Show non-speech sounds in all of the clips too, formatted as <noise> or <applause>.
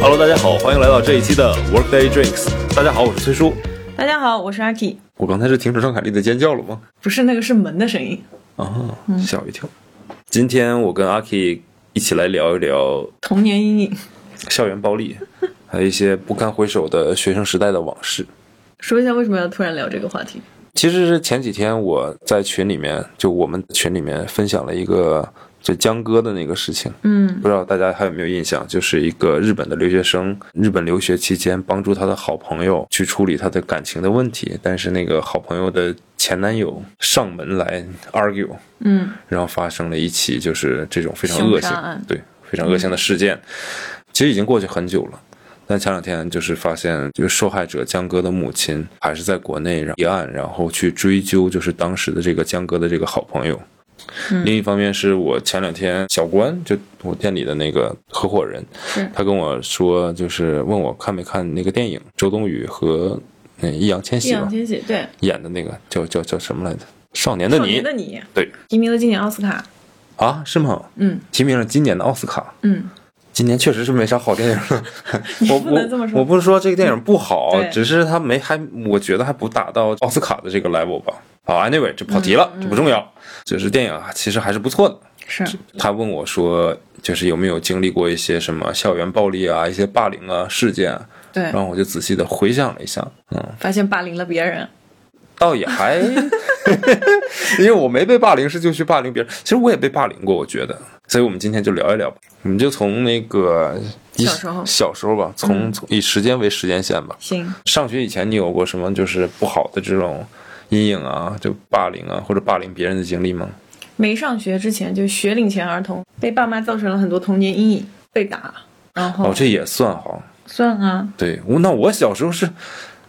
Hello，大家好，欢迎来到这一期的 Workday Drinks。大家好，我是崔叔。大家好，我是阿 K，我刚才是停止张凯丽的尖叫了吗？不是那个是门的声音。啊，吓我一跳。今天我跟阿 K 一起来聊一聊童年阴影，校园暴 <laughs> 力，还有一些不堪回首的学生时代的往事。说一下为什么要突然聊这个话题？其实是前几天我在群里面，就我们群里面分享了一个就江歌的那个事情，嗯，不知道大家还有没有印象？就是一个日本的留学生，日本留学期间帮助他的好朋友去处理他的感情的问题，但是那个好朋友的前男友上门来 argue，嗯，然后发生了一起就是这种非常凶恶杀性案，嗯对，非常恶性的事件。其实已经过去很久了。但前两天就是发现，这个受害者江哥的母亲还是在国内然后立案，然后去追究就是当时的这个江哥的这个好朋友。嗯另一方面，是我前两天小关，就我店里的那个合伙人是，他跟我说，就是问我看没看那个电影，周冬雨和嗯易烊千易玺烊吧千玺对，演的那个叫叫叫什么来着？少年的少你年的你对提名了今年奥斯卡，啊，是吗？嗯提名了今年的奥斯卡。嗯，今年确实是没啥好电影 <laughs> 了。我不能这么说我我不是说这个电影不好，对只是它没还，我觉得还不达到奥斯卡的这个 level 吧。好，anyway，这跑题了，嗯这不重要。就是电影啊，其实还是不错的。是他问我说，就是有没有经历过一些什么校园暴力啊、一些霸凌啊事件啊、对然，后我就仔细的回想了一下，嗯，发现霸凌了别人，倒也还，因为我没被霸凌，是就去霸凌别人。其实我也被霸凌过，我觉得，所以我们今天就聊一聊吧。我们就从那个一小时候小时候吧，从从以时间为时间线吧。行，上学以前，你有过什么就是不好的这种阴影啊，就霸凌啊，或者霸凌别人的经历吗？没上学之前就学龄前儿童，被爸妈造成了很多童年阴影，被打，然后哦，这也算哈。算啊，对，我那我小时候是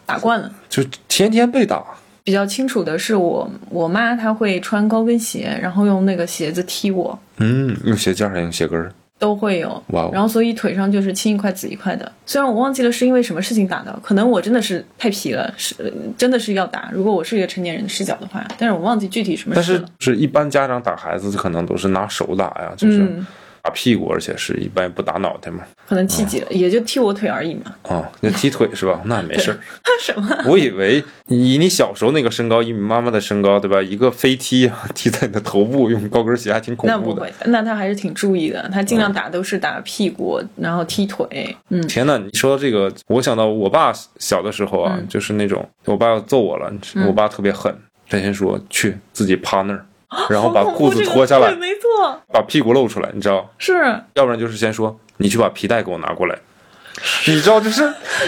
打惯了。就天天被打，比较清楚的是我我妈她会穿高跟鞋，然后用那个鞋子踢我，嗯，用鞋尖儿还是用鞋跟儿？都会有。哇哦然后所以腿上就是青一块紫一块的。虽然我忘记了是因为什么事情打的，可能我真的是太皮了，是呃真的是要打。如果我是一个成年人的视角的话，但是我忘记具体什么但事是了。是一般家长打孩子可能都是拿手打呀，就是嗯打屁股，而且是一般也不打脑袋嘛。可能气哦急了，也就踢我腿而已嘛。 <laughs> 啊，那踢腿是吧？那没事儿。什么？我以为以你小时候那个身高，以你妈妈的身高，对吧？一个飞踢啊，踢在你的头部，用高跟鞋还挺恐那怖不的。会，那他还是挺注意的。他哦尽量打都是打屁股，然后踢腿。嗯，天呐，你说到这个，我想到我爸小的时候啊，嗯就是那种我爸要揍我了，我爸特别狠，他先说去自己趴 <laughs> 那儿，然后把好恐裤怖子这个脱 <laughs> 下来，哦对没错，把屁股露出来，你知道？是要不然就是先说你去把皮带给我拿过来，你知道就是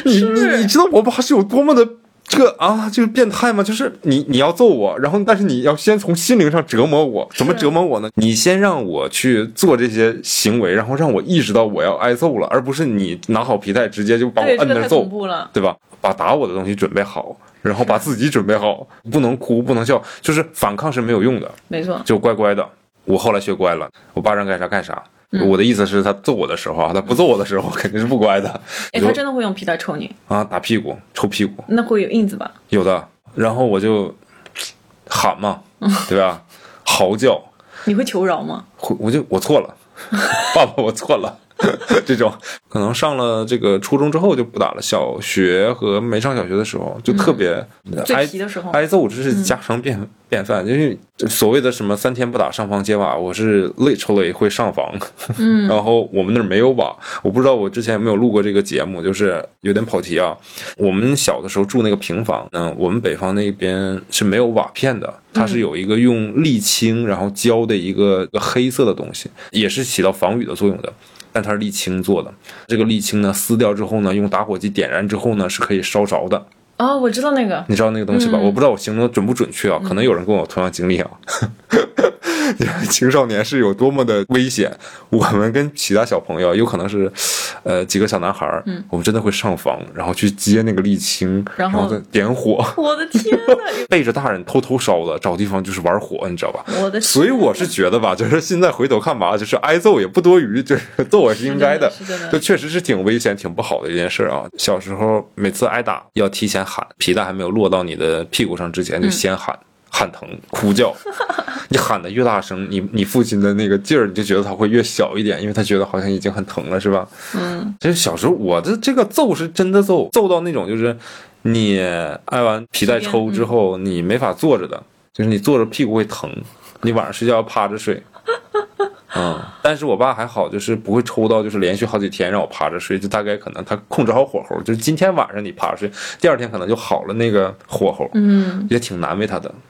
你你你知道我爸是有多么的这个啊就是变态吗？就是你你要揍我，然后但是你要先从心灵上折磨我，怎么折磨我呢？你先让我去做这些行为，然后让我意识到我要挨揍了，而不是你拿好皮带直接就把我对，这摁个那太儿揍，恐怖了。对吧？把打我的东西准备好。然后把自己准备好，不能哭，不能笑，就是反抗是没有用的。没错，就乖乖的。我后来学乖了，我爸让干啥干啥。嗯我的意思是，他揍我的时候啊，他不揍我的时候肯定是不乖的。哎，他真的会用皮带抽你，啊，打屁股、抽屁股，那会有印子吧？有的。然后我就喊嘛，嗯对吧？嚎叫，你会求饶吗？会我就我错了， <laughs> 爸爸我错了， <laughs> 这种可能上了这个初中之后就不打了，小学和没上小学的时候就特别嗯最挨、皮的时候嗯挨揍，这是家常便、便饭，因为所谓的什么三天不打上房揭瓦，我是 literally 会上房，嗯， <laughs> 然后我们那儿没有瓦，我不知道我之前有没有录过这个节目，就是有点跑题啊。我们小的时候住那个平房，嗯，我们北方那边是没有瓦片的，它是有一个用沥青然后浇的一个一个黑色的东西，也是起到防雨的作用的。但它是沥青做的，这个沥青呢撕掉之后呢，用打火机点燃之后呢，是可以烧着的。哦，我知道那个，你知道那个东西吧？嗯我不知道我形容的准不准确啊，可能有人跟我同样经历啊。 <laughs> 你看青少年是有多么的危险，我们跟其他小朋友，有可能是，呃，几个小男孩儿，我们真的会上房，然后去接那个沥青，嗯然然后后再点火，我的天呐！背着大人偷偷烧的，找地方就是玩火，你知道吧？我的天 <laughs> 所以我是觉得吧， <laughs> 就是现在回头看吧，就是挨揍也不多余，就是揍也是应该的是真的是真，的就确实是挺危险、挺不好的一件事啊。嗯小时候每次挨打要提前喊，皮带还没有落到你的屁股上之前就先喊。喊疼哭 <laughs> 叫，你喊的越大声，你你父亲的那个劲儿，你就觉得他会越小一点，因为他觉得好像已经很疼了，是吧？嗯，其实小时候我的这个揍是真的揍，揍到那种就是你挨完皮带抽之后，你没法坐着的，就是你坐着屁股会疼，你晚上睡觉要趴着睡。嗯，但是我爸还好，就是不会抽到，就是连续好几天让我趴着睡，就大概可能他控制好火候，就是今天晚上你趴着睡，第二天可能就好了那个火候，嗯也挺难为他的。 <laughs>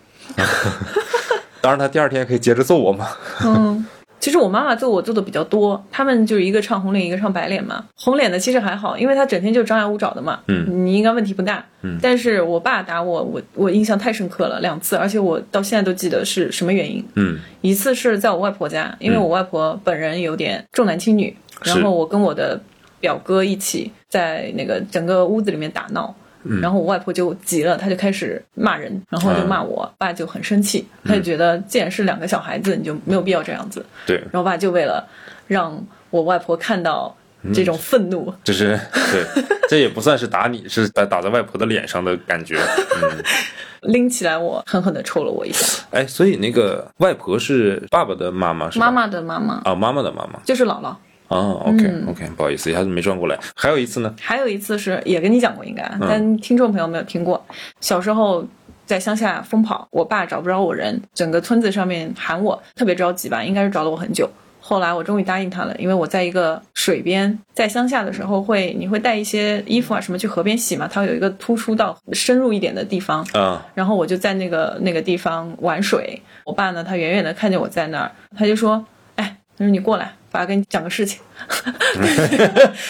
当然，他第二天可以接着揍我嘛。嗯。其实我妈妈揍我揍的比较多，他们就是一个唱红脸，一个唱白脸嘛。红脸的其实还好，因为他整天就张牙舞爪的嘛，嗯，你应该问题不大。嗯但是我爸打我，我我印象太深刻了，两次，而且我到现在都记得是什么原因。嗯一次是在我外婆家，因为我外婆本人有点重男轻女，是然后我跟我的表哥一起在那个整个屋子里面打闹。嗯然后我外婆就急了，她就开始骂人，然后就骂我、爸，就很生气，嗯他就觉得既然是两个小孩子，你就没有必要这样子。对，然后我爸就为了让我外婆看到这嗯种愤怒，就是 <laughs> 对，这也不算是打你，是打打在外婆的脸上的感觉。嗯，拎起来我狠狠地抽了我一下。哎，所以那个外婆是爸爸的妈妈是吧？妈妈的妈妈啊，妈妈的妈妈就是姥姥。啊。OK、OK，不嗯好意思，一下子没转过来。还有一次呢，还有一次是也跟你讲过，应该，但听众朋友没有听过。小时候在乡下疯跑，我爸找不着我人，整个村子上面喊我，特别着急吧，应该是找了我很久。后来我终于答应他了，因为我在一个水边，在乡下的时候会，你会带一些衣服啊什么去河边洗嘛，它会有一个突出到深入一点的地方，啊，然后我就在那个那个地方玩水。我爸呢，他远远的看见我在那儿，他就说：“哎，他说你过来，爸跟你讲个事情。”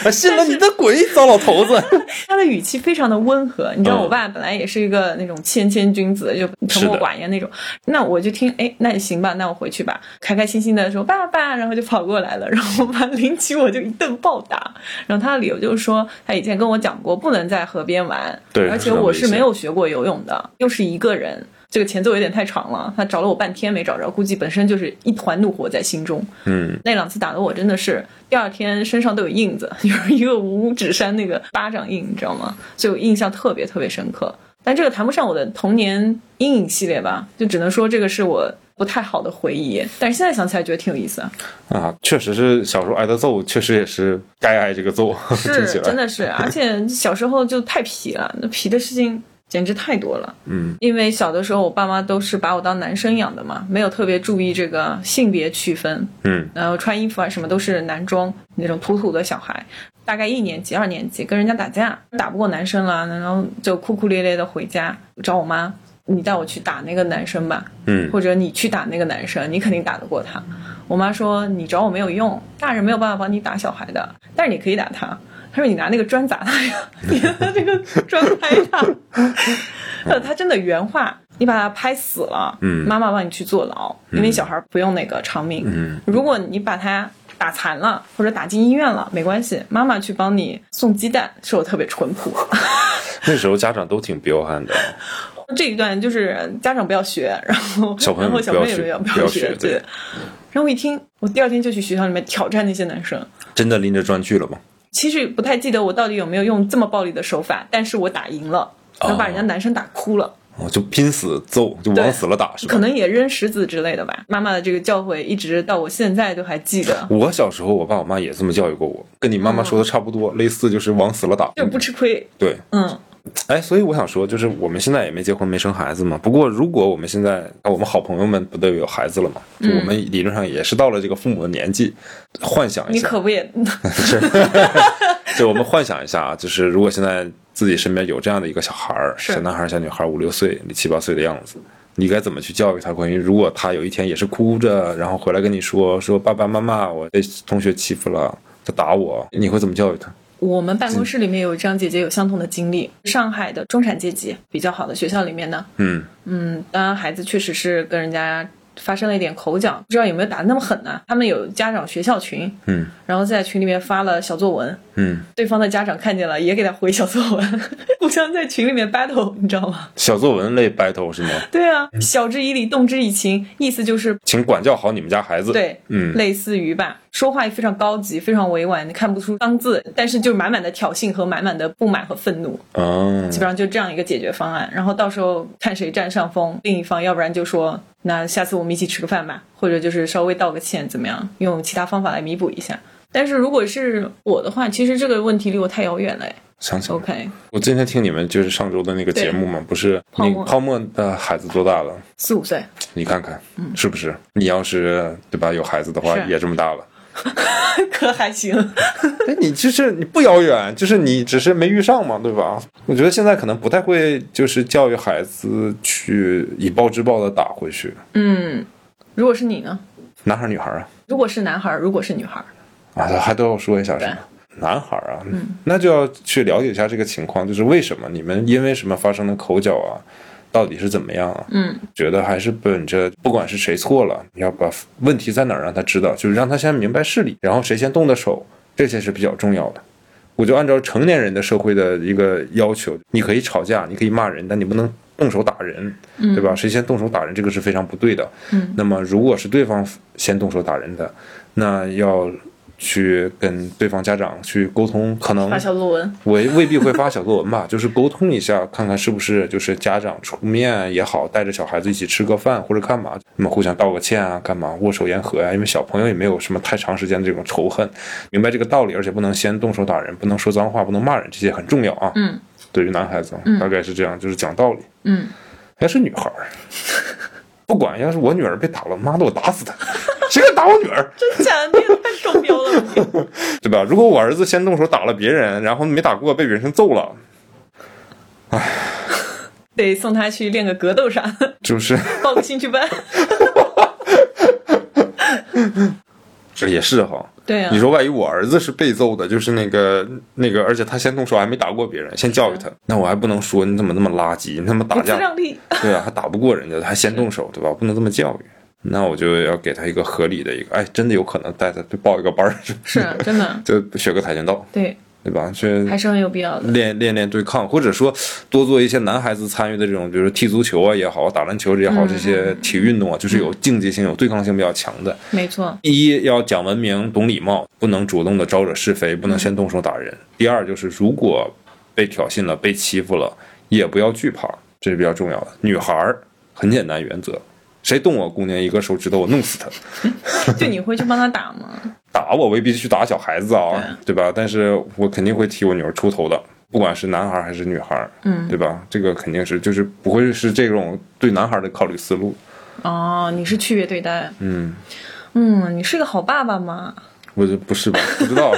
啊信了你的鬼，糟老头子。他的语气非常的温和，你知道，嗯我爸本来也是一个那种谦谦君子，就沉默寡言那种。那我就听，哎，那也行吧，那我回去吧，开开心心的说爸爸，然后就跑过来了，然后我爸 <laughs> 拎起我就一顿暴打。然后他的理由就是说，他以前跟我讲过，不能在河边玩，对而且是很我危是险没有学过游泳的，又是一个人。这个前奏有点太长了，他找了我半天没找着，估计本身就是一团怒火在心中。 <laughs> 嗯，那两次打的我真的是第二天身上都有印子， <laughs> 就是一个五指山那个巴掌印，你知道吗？所以我印象特别特别深刻。但这个谈不上我的童年阴影系列吧，就只能说这个是我不太好的回忆。但是现在想起来觉得挺有意思啊，啊，确实是小时候挨的揍，确实也是该挨这个揍。听起是来真的是，而且小时候就太皮了，那皮的事情简直太多了。嗯，因为小的时候我爸妈都是把我当男生养的嘛，没有特别注意这个性别区分，嗯然后穿衣服啊什么都是男装那种土土的小孩，大概一年级、二年级跟人家打架，打不过男生了，然后就哭哭咧咧的回家找我妈，你带我去打那个男生吧，嗯或者你去打那个男生，你肯定打得过他。我妈说你找我没有用，大人没有办法帮你打小孩的，但是你可以打他。她说你拿那个砖砸他呀， <laughs> 你拿这个砖拍他。呃，他真的原话，你把他拍死了，嗯妈妈帮你去坐牢，因为小孩不用那个偿命。嗯如果你把他打残了或者打进医院了，没关系，妈妈去帮你送鸡蛋，是我特别淳朴。 <laughs> 那时候家长都挺彪悍的。这一段就是家长不要学，然后小朋友然后小朋友也不要学不不要学学，对对。然后我一听，我第二天就去学校里面挑战那些男生。真的拎着砖去了吗？其实不太记得我到底有没有用这么暴力的手法，但是我打赢了，然后把人家男生打哭了。哦，就拼死揍，就往死了打，是吧？可能也扔石子之类的吧。妈妈的这个教诲一直到我现在都还记得，我小时候，我爸我妈也这么教育过我，跟你妈妈说的差不多，类似就是往死了打。嗯就是不吃亏。对，嗯，哎，所以我想说，就是我们现在也没结婚，没生孩子嘛。不过，如果我们现在，啊我们好朋友们不都有孩子了嘛？嗯就我们理论上也是到了这个父母的年纪，幻想一你下，可不也 <laughs> <laughs> 就我们幻想一下啊，就是如果现在自己身边有这样的一个小孩儿，是小男孩儿、小女孩儿，五六岁、七八岁的样子，你该怎么去教育他？关于如果他有一天也是哭着，然后回来跟你说说爸爸妈妈，我被同学欺负了，他打我，你会怎么教育他？我们办公室里面有一张姐姐有相同的经历，上海的中产阶级比较好的学校里面呢，嗯嗯，当然孩子确实是跟人家发生了一点口角，不知道有没有打得那么狠呢、他们有家长学校群，嗯然后在群里面发了小作文，嗯，对方的家长看见了也给他回小作文， <laughs> 互相在群里面 battle，你知道吗？小作文类 battle 是吗？对啊，嗯晓之以理，动之以情，意思就是请管教好你们家孩子。，对，嗯类似于吧，说话也非常高级，非常委婉，你看不出脏字，但是就满满的挑衅和满满的不满和愤怒，啊，基本上就这样一个解决方案。然后到时候看谁占上风，另一方要不然就说那下次我们一起吃个饭吧，或者就是稍微道个歉怎么样，用其他方法来弥补一下。但是如果是我的话，其实这个问题离我太遥远了。哎想起来了 OK，我今天听你们就是上周的那个节目嘛，不是泡你沫泡沫的孩子多大了？四五岁， <laughs> 你看看，是不是？你要是对吧，有孩子的话，嗯是也这么大了。可还行。哎，你就是你不遥远，就是你只是没遇上嘛，对吧？我觉得现在可能不太会，就是教育孩子去以暴制暴的打回去。嗯，如果是你呢？男孩儿女孩儿啊，如果是男孩儿，如果是女孩儿，啊，还都要说一下是吗？男孩儿啊，那就要去了解一下这个情况，就是为什么你们因为什么发生了口角啊？到底是怎么样啊？嗯，觉得还是本着不管是谁错了，你要把问题在哪儿让他知道，就是让他先明白事理，然后谁先动的手，这些是比较重要的。我就按照成年人的社会的一个要求，你可以吵架，你可以骂人，但你不能动手打人，对吧？谁先动手打人，这个是非常不对的。嗯那么如果是对方先动手打人的，那要去跟对方家长去沟通，可能发小作文。我未必会发小作文吧，就是沟通一下，看看是不是就是家长出面也好，带着小孩子一起吃个饭或者干嘛，那么互相道个歉啊，干嘛握手言和啊，因为小朋友也没有什么太长时间的这种仇恨，明白这个道理，而且不能先动手打人，不能说脏话，不能骂人，这些很重要啊。嗯，对于男孩子啊大概是这样，就是讲道理。嗯，要是女孩儿，不管要是我女儿被打了，妈的我打死她，谁敢打我女儿？ <laughs> 真假的？你也太中标了 <laughs> 吧你！对吧？如果我儿子先动手打了别人，然后没打过被别人揍了，得送他去练个格斗啥，的，就是。报个兴趣班。这也是哈。对啊你，说万一我儿子是被揍的，就是那个那个，而且他先动手还没打过别人，先教育他，那我还不能说你怎么那么垃圾，你他妈打不自架，量 <laughs> 力。对啊，还打不过人家，还先动手，对吧？不能这么教育。那我就要给他一个合理的一个，哎，真的有可能带他去报一个班儿，是啊真的，就学个跆拳道，对，对吧？去还是很有必要的。练练练对抗，或者说多做一些男孩子参与的这种，比如说踢足球啊也好，打篮球也好，这些体育运动啊，就是有竞技性、有对抗性比较强的。没 <laughs> 错，第一要讲文明、懂礼貌，不能主动的招惹是非，不能先动手打人。第二就是，如果被挑衅了、被欺负了，也不要惧怕，这是比较重要的。女孩儿很简单原则，谁动我姑娘一个手指头，我弄死他。就你会去帮他打吗？打我未必去打小孩子啊，对吧？但是我肯定会替我女儿出头的，不管是男孩儿还是女孩儿，嗯对吧？这个肯定是就是不会是这种对男孩儿的考虑思路。哦，你是区别对待。嗯，嗯，你是个好爸爸吗？我就不是吧？不知道。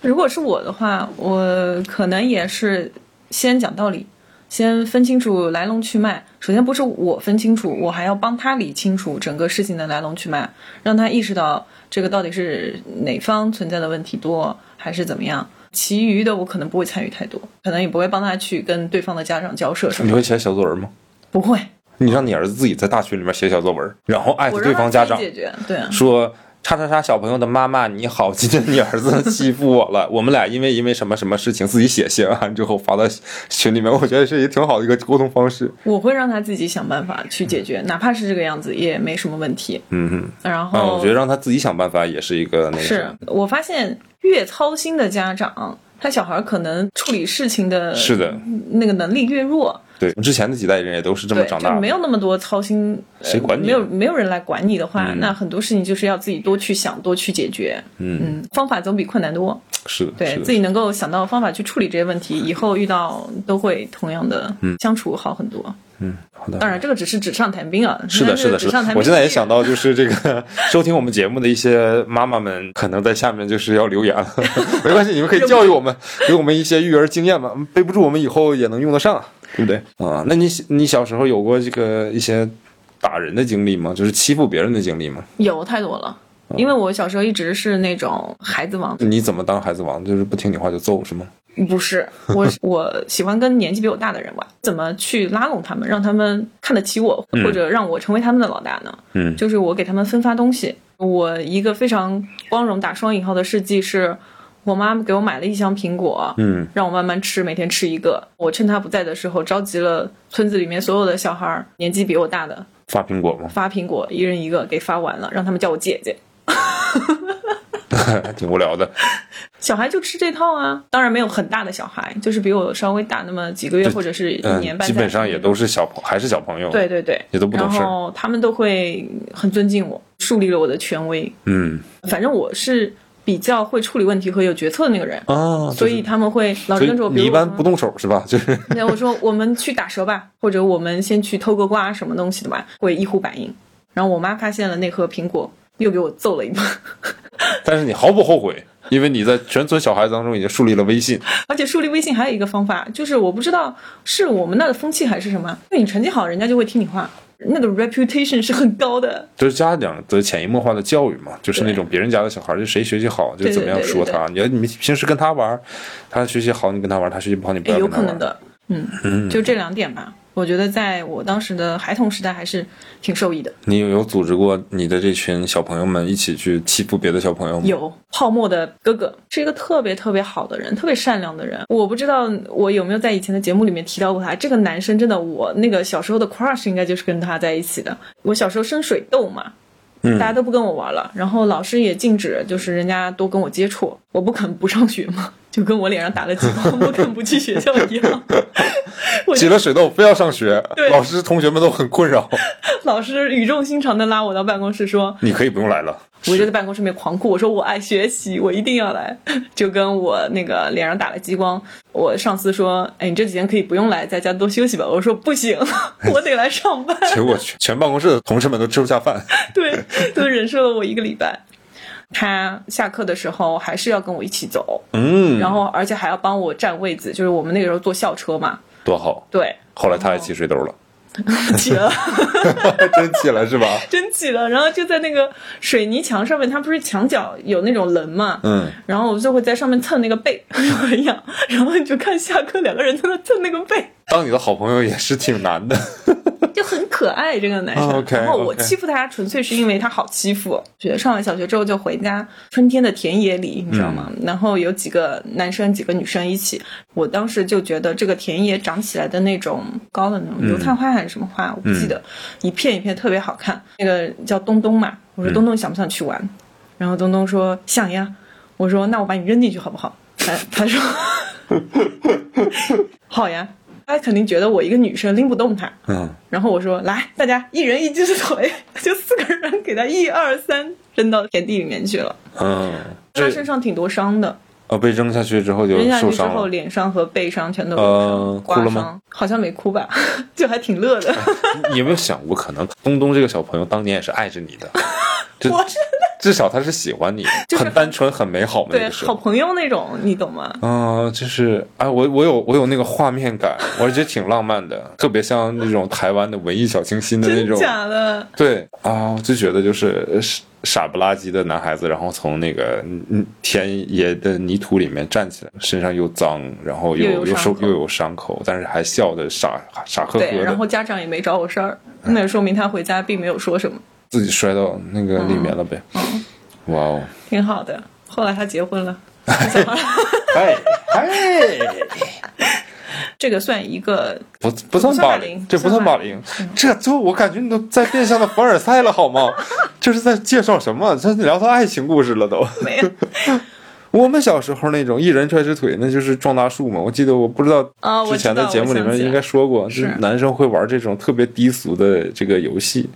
如果是我的话，我可能也是先讲道理，先分清楚来龙去脉。首先不是我分清楚，我还要帮他理清楚整个事情的来龙去脉，让他意识到这个到底是哪方存在的问题多，还是怎么样。其余的我可能不会参与太多，可能也不会帮他去跟对方的家长交涉 <laughs> 什你么，会写小作文吗？不会。你让你儿子自己在大群里面写小作文，然后艾特我对让方家他自己长解决，对啊，说。叉叉叉小朋友的妈妈，你好！今天你儿 <laughs> 子欺负我了，我们俩因为因为什么什么事情自己写写完之后发到群里面，我觉得是一个挺好的一个沟通方式。我会让他自己想办法去解决，哪怕是这个样子也没什么问题。嗯哼，然啊、后，我觉得让他自己想办法也是一个那个什哦是么我发现越操心的家长，他小孩可能处理事情的是的，那个能力越弱，对，之前的几代人也都是这么对，长就大的，没有那么多操心，呃谁管你啊没有没有人来管你的话，那很多事情就是要自己多去想，多去解决。嗯嗯，方法总比困难多。是的，对是的自己能够想到方法去处理这些问题，以后遇到都会同样的相处好很多。嗯，好的，当然，这个只是纸上谈兵啊，是的，是的，纸是上的谈。兵。啊我现在也想到，就是这个 <laughs> 收听我们节目的一些妈妈们，可能在下面就是要留言 <laughs> 了，没关系，你们可以教育我们，给我们一些育儿经验嘛，嗯背不住我们以后也能用得上，对不对？啊、那你你小时候有过这个一些打人的经历吗？就是欺负别人的经历吗？有太多了。嗯因为我小时候一直是那种孩子王，你怎么当孩子王？就是不听你话就揍是吗？不是，我 <laughs> 我喜欢跟年纪比我大的人玩，怎么去拉拢他们，让他们看得起我，或者让我成为他们的老大呢？嗯就是我给他们分发东西。我一个非常光荣打双引号的事迹是，我妈给我买了一箱苹果，嗯让我慢慢吃，每天吃一个。我趁她不在的时候，召集了村子里面所有的小孩儿，年纪比我大的，发苹果吗？发苹果，一人一个给发完了，让他们叫我姐姐。哎挺无聊的，小孩就吃这套啊，当然没有很大的小孩，就是比我稍微大那么几个月对或者是一嗯年，半载，基本上也都是小朋，还是小朋友。，对对对，也都不懂事儿然后他们都会很尊敬我，树立了我的权威。嗯反正我是比较会处理问题和有决策的那个人，啊，所以他们会老就是是跟着所我。以比你一如般说不动手是吧？就是 <laughs> 对，我说我们去打蛇吧，或者我们先去偷个瓜什么东西的吧，会一呼百应。然后我妈发现了那盒苹果，又给我揍了一顿，但是你毫不后悔，因为你在全村小孩子当中已经树立了威信。而且树立威信还有一个方法，就是我不知道是我们那的风气还是什么，因为你成绩好，人家就会听你话，那个 reputation 是很高的。就是家长的潜移默化的教育嘛，就是那种别人家的小孩，就谁学习好就怎么样说他。你要你平时跟他玩，他学习好你跟他玩，他学习不好你不要有跟他可能玩。的，嗯，就这两点吧。我觉得在我当时的孩童时代还是挺受益的。你有有组织过你的这群小朋友们一起去欺负别的小朋友吗？有泡沫的哥哥是一个特别特别好的人，特别善良的人。我不知道我有没有在以前的节目里面提到过他。这个男生真的我，那个小时候的 crush 应该就是跟他在一起的。我小时候生水痘嘛，嗯大家都不跟我玩了，然后老师也禁止，就是人家多跟我接触。我不肯不上学嘛，就跟我脸上打了几包不肯不去学校一样。 <laughs> 我起就了水痘非要上学对，老师同学们都很困 <laughs> 扰。老师语重心长的拉我到办公室说，你可以不用来了，我就在办公室里面狂哭，我说我爱学习，我一定要来， <laughs> 就跟我那个脸上打了激光。我上司说，哎，你这几天可以不用来，在家多休息吧。我说不行， <laughs> 我得来上班。结果全全办公室的同事们都吃不下饭。对，都忍受了我一个礼拜。他下课的时候还是要跟我一起走，嗯，然后而且还要帮我占位子，就是我们那个时候坐校车嘛。多好。对， <laughs> 后来他也起水痘了， <laughs> 起了， <laughs> 真起了是吧？真起了。然后就在那个水泥墙上面，它不是墙角有那种棱嘛，嗯，然后我就会在上面蹭那个背， <laughs> 一样，然后你就看下课两个人在那蹭那个背，当你的好朋友也是挺难的。就很可爱这个男生。啊，OK，然后我 OK 欺负他纯粹是因为他好欺负。学上完小学之后就回家，春天的田野里，你知道嗯吗？然后有几个男生几个女生一起，我当时就觉得这个田野长起来的那种高的那嗯种油菜花还是什么花，我不记得，一片一片特别好看。那个叫东东嘛，我嗯说东东想不想去玩？然后东东说想呀，我说那我把你扔进去好不好？他他说 <laughs> 好呀，他肯定觉得我一个女生拎不动他。嗯，然后我说来，大家一人一只腿， <laughs> 就四个人给他一二三扔到田地里面去了。嗯，他这身上挺多伤的，呃被扔下去之后就扔下嗯受去之伤后了。脸上和背上全都有呃伤，哭刮了吗伤，好像没哭吧， <laughs> 就还挺 <laughs> 乐的。你有没有想过，可能东东这个小朋友当年也是爱着你的，就我是至少他是喜欢你，就是很单纯、很美好嘛。那对个时好候。朋友那种，你懂吗？啊、就是哎，我我有我有那个画面感，我觉得挺浪漫的，特别像那种台湾的文艺小清新的那真种。假的？ <laughs> 对啊、我就觉得就是呃傻傻不拉几的男孩子，然后从那个嗯嗯田野的泥土里面站起来，身上又脏，然后又又有又伤受口又有伤口，但是还笑的傻傻呵呵对，的，然后家长也没找我事儿，那说明他回家并没有说什么，自己摔到那个里面了呗。嗯哇哦！ <laughs> 挺好的。后来他结婚了，嗨嗨，这个算一个不不算不算霸霸凌凌，这不算不算霸霸凌，这就我感觉你都在变相的凡尔赛了好 <laughs> 吗？这是在介绍什么？这聊到爱情故事了都。没有 <laughs> 我们小时候那种一人踹只腿，那就是撞大树嘛。我记得我不知道啊我之知前道的节目里我想面起来应该说过，就是男生会玩这种特别低俗的这个游戏。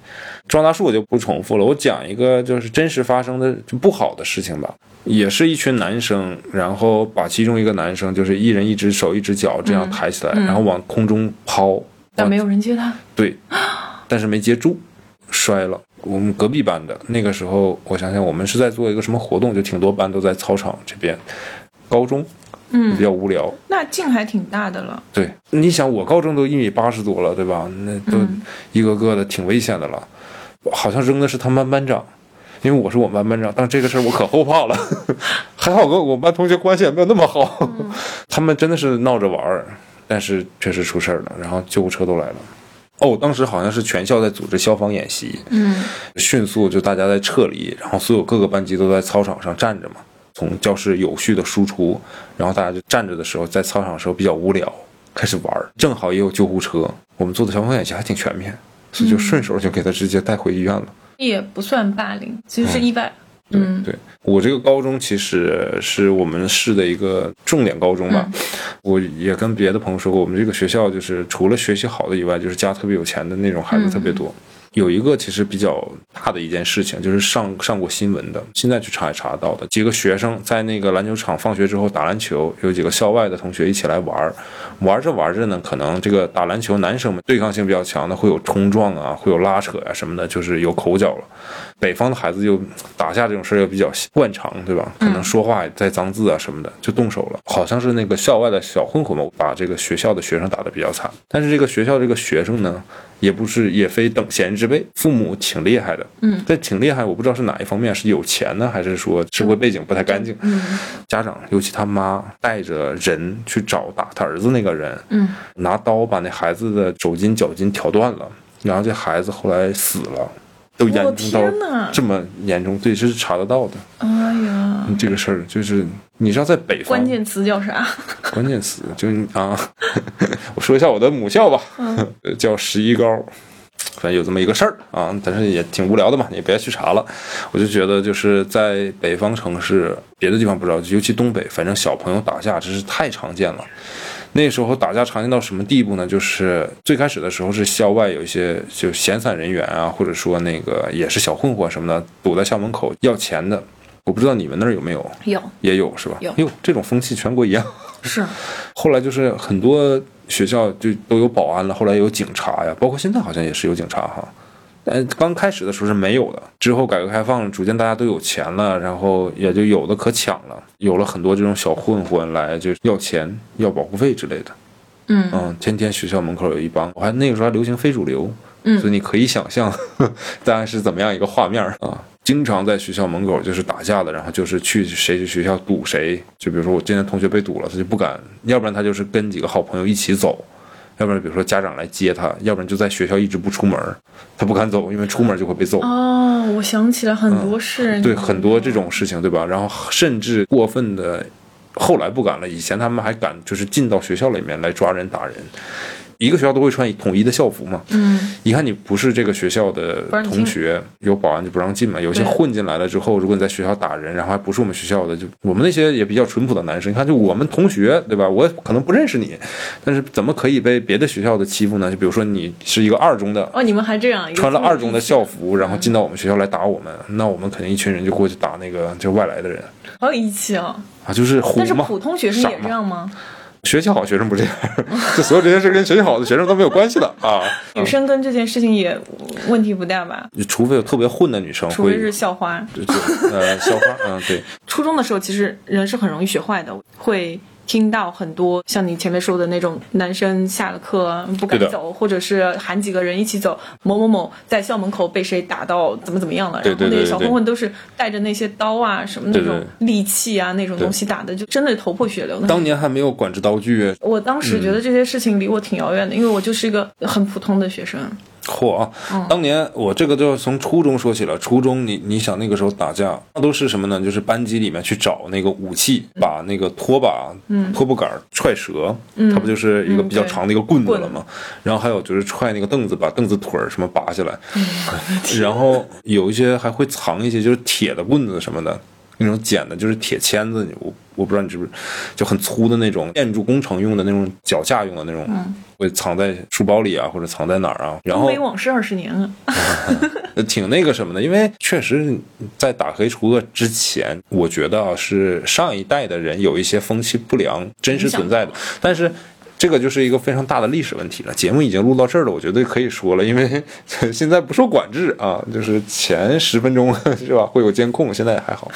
撞大树我就不重复了，我讲一个就是真实发生的就不好的事情吧。也是一群男生，然后把其中一个男生就是一人一只手一只脚这样抬起来，然后往空中抛，嗯但没有人接他，对，但是没接住，摔了。我们隔壁班的那个时候，我想想，我们是在做一个什么活动，就挺多班都在操场这边。高中，嗯，比较无聊。那劲还挺大的了。对，你想，我高中都一米八十多了，对吧？那都一个个的挺危险的了。好像扔的是他们班班长，因为我是我们班班长，但这个事儿我可后怕了。 <laughs> 还好跟我们班同学关系也没有那么好，他们真的是闹着玩儿，但是确实出事儿了，然后救护车都来了。哦，当时好像是全校在组织消防演习，嗯，迅速就大家在撤离，然后所有各个班级都在操场上站着嘛，从教室有序的输出，然后大家就站着的时候，在操场的时候比较无聊，开始玩儿，正好也有救护车，我们做的消防演习还挺全面，所以就顺手就给他直接带回医院了。也不算霸凌，其实是意外。嗯对，我这个高中其实是我们市的一个重点高中吧。我也跟别的朋友说过，我们这个学校就是除了学习好的以外，就是家特别有钱的那种孩子特别多。有一个其实比较大的一件事情，就是上上过新闻的，现在去查也查得到的。几个学生在那个篮球场放学之后打篮球，有几个校外的同学一起来玩儿，玩着玩着呢，可能这个打篮球男生们对抗性比较强的，会有冲撞啊，会有拉扯呀、什么的，就是有口角了。北方的孩子就打架这种事儿又比较惯常，对吧？嗯可能说话也带脏字啊什么的，就动手了。好像是那个校外的小混混们把这个学校的学生打得比较惨，但是这个学校这个学生呢，也不是也非等闲之辈，父母挺厉害的，嗯，但挺厉害，我不知道是哪一方面，是有钱呢，还是说社会背景不太干净？嗯家长尤其他妈带着人去找打他儿子那个人，嗯拿刀把那孩子的手筋脚筋挑断了，然后这孩子后来死了，都严重我天到哪这么严重，对，这是查得到的。哎呀，这个事儿就是你知道在北方关键词叫啥？关键词就是啊， <laughs> 我说一下我的母校吧，呃叫十一高，反正有这么一个事儿啊，但是也挺无聊的嘛，你也别去查了。我就觉得就是在北方城市，别的地方不知道，尤其东北，反正小朋友打架真是太常见了。那时候打架常见到什么地步呢？就是最开始的时候是校外有一些就闲散人员啊，或者说那个也是小混混什么的，堵在校门口要钱的。我不知道你们那儿有没 <laughs> 有，有也有是吧？有哟，这种风气全国一样。是，后来就是很多学校就都有保安了，后来有警察呀，包括现在好像也是有警察哈。但刚开始的时候是没有的，之后改革开放，逐渐大家都有钱了，然后也就有的可抢了，有了很多这种小混混来就要钱、要保护费之类的。嗯嗯，天天学校门口有一帮，我还那个时候还流行非主流，嗯所以你可以想象 <laughs> 大概是怎么样一个画面儿啊。经常在学校门口就是打架的，然后就是去谁去学校堵谁，就比如说我今天同学被堵了，他就不敢，要不然他就是跟几个好朋友一起走，要不然比如说家长来接他，要不然就在学校一直不出门儿，他不敢走，因为出门就会被揍。哦，我想起来很多事，嗯对很多这种事情，对吧？然后甚至过分的，后来不敢了。以前他们还敢，就是进到学校里面来抓人打人。一个学校都会穿统一的校服嘛，嗯一看你不是这个学校的不让进同学，有保安就不让进嘛。有些对混进来了之后，如果你在学校打人，然后还不是我们学校的，就我们那些也比较淳朴的男生，你看就我们同学对吧？我可能不认识你，但是怎么可以被别的学校的欺负呢？就比如说你是一个二中的，哦，你们还这样穿了二中的校服，然后进到我们学校来打我们，那我们肯定一群人就过去打那个就外来的人好有义气哦。啊，就是虎但是嘛。普通学生傻也嘛这样吗？学习好学生不这样，这所有这些事跟学习好的学生都没有关系的啊。女生跟这件事情也问题不大吧？你除非有特别混的女生除非会是，校花。就就呃校花，嗯对，初中的时候，其实人是很容易学坏的，会听到很多像你前面说的那种男生下了课不敢对的走，或者是喊几个人一起走，某某某在校门口被谁打到怎么怎么样了，对对然后那对些对小对混混都是带着那些刀啊什么那对对种利器啊那种对东西打的，就真的头破血流的。当年还没有管制刀具，我当时觉得这些事情离我挺遥远的，因为我就是一个很普通的学生。嚯啊！嗯当年我这个就要从初中说起了。初中你你想那个时候打架，那都是什么呢？就是班级里面去找那个武器，嗯把那个拖把、拖布杆儿踹折，它不就是一个比较嗯对长的一个棍子棍了吗？然后还有就是踹那个凳子，把凳子腿儿什么拔下来，嗯然后有一些还会藏一些就是铁的棍子什么的。那种剪的，就是铁签子，我我不知道你知不知，就很粗的那种建筑工程用的那种脚架用的那种，嗯会藏在书包里啊，或者藏在哪儿啊。然东后北往事二十年啊，呃挺那个什么的，因为确实在打黑除恶之前，我觉得啊是上一代的人有一些风气不良，真实存在的，但是。这个就是一个非常大的历史问题了。节目已经录到这儿了，我觉得可以说了，因为现在不受管制啊，就是前十分钟 <laughs> 是吧，会有监控，现在还好。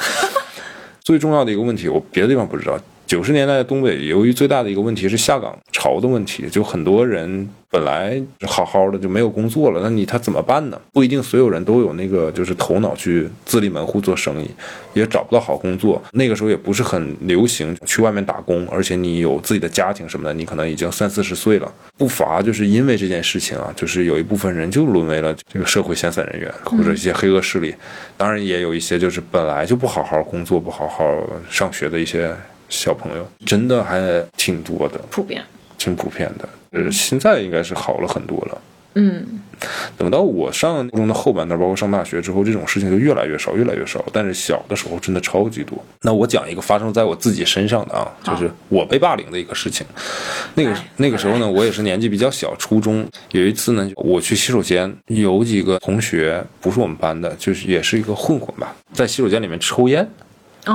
最重要的一个问题，我别的地方不知道。九十年代的东北，由于最大的一个问题是下岗潮的问题，就很多人本来好好的就没有工作了，那你他怎么办呢？不一定所有人都有那个就是头脑去自立门户做生意，也找不到好工作。那个时候也不是很流行去外面打工，而且你有自己的家庭什么的，你可能已经三四十岁了，不乏就是因为这件事情啊，就是有一部分人就沦为了这个社会闲散人员或者一些黑恶势力。当然也有一些就是本来就不好好工作、不好好上学的一些小朋友，真的还挺多的。普遍。挺普遍的，呃，现在应该是好了很多了。嗯，等到我上初中的后半段，包括上大学之后，这种事情就越来越少，越来越少。但是小的时候真的超级多。那我讲一个发生在我自己身上的啊，好就是我被霸凌的一个事情。那个来那个时候呢，我也是年纪比较小，初中有一次呢，我去洗手间，有几个同学不是我们班的，就是也是一个混混吧，在洗手间里面抽烟。嗯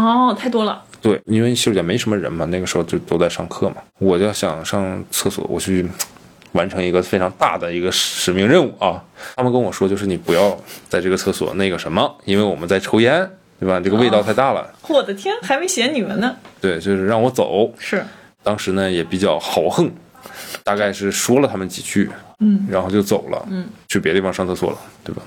哦，太多了，对，因为洗手间没什么人嘛，那个时候就都在上课嘛，我就想上厕所，我去完成一个非常大的一个使命任务啊。他们跟我说，就是你不要在这个厕所那个什么，因为我们在抽烟，对吧？这个味道太大了。我的天，还没嫌你们呢。对，就是让我走。是，当时呢也比较豪横，大概是说了他们几句，嗯，然后就走了，嗯，去别地方上厕所了，对吧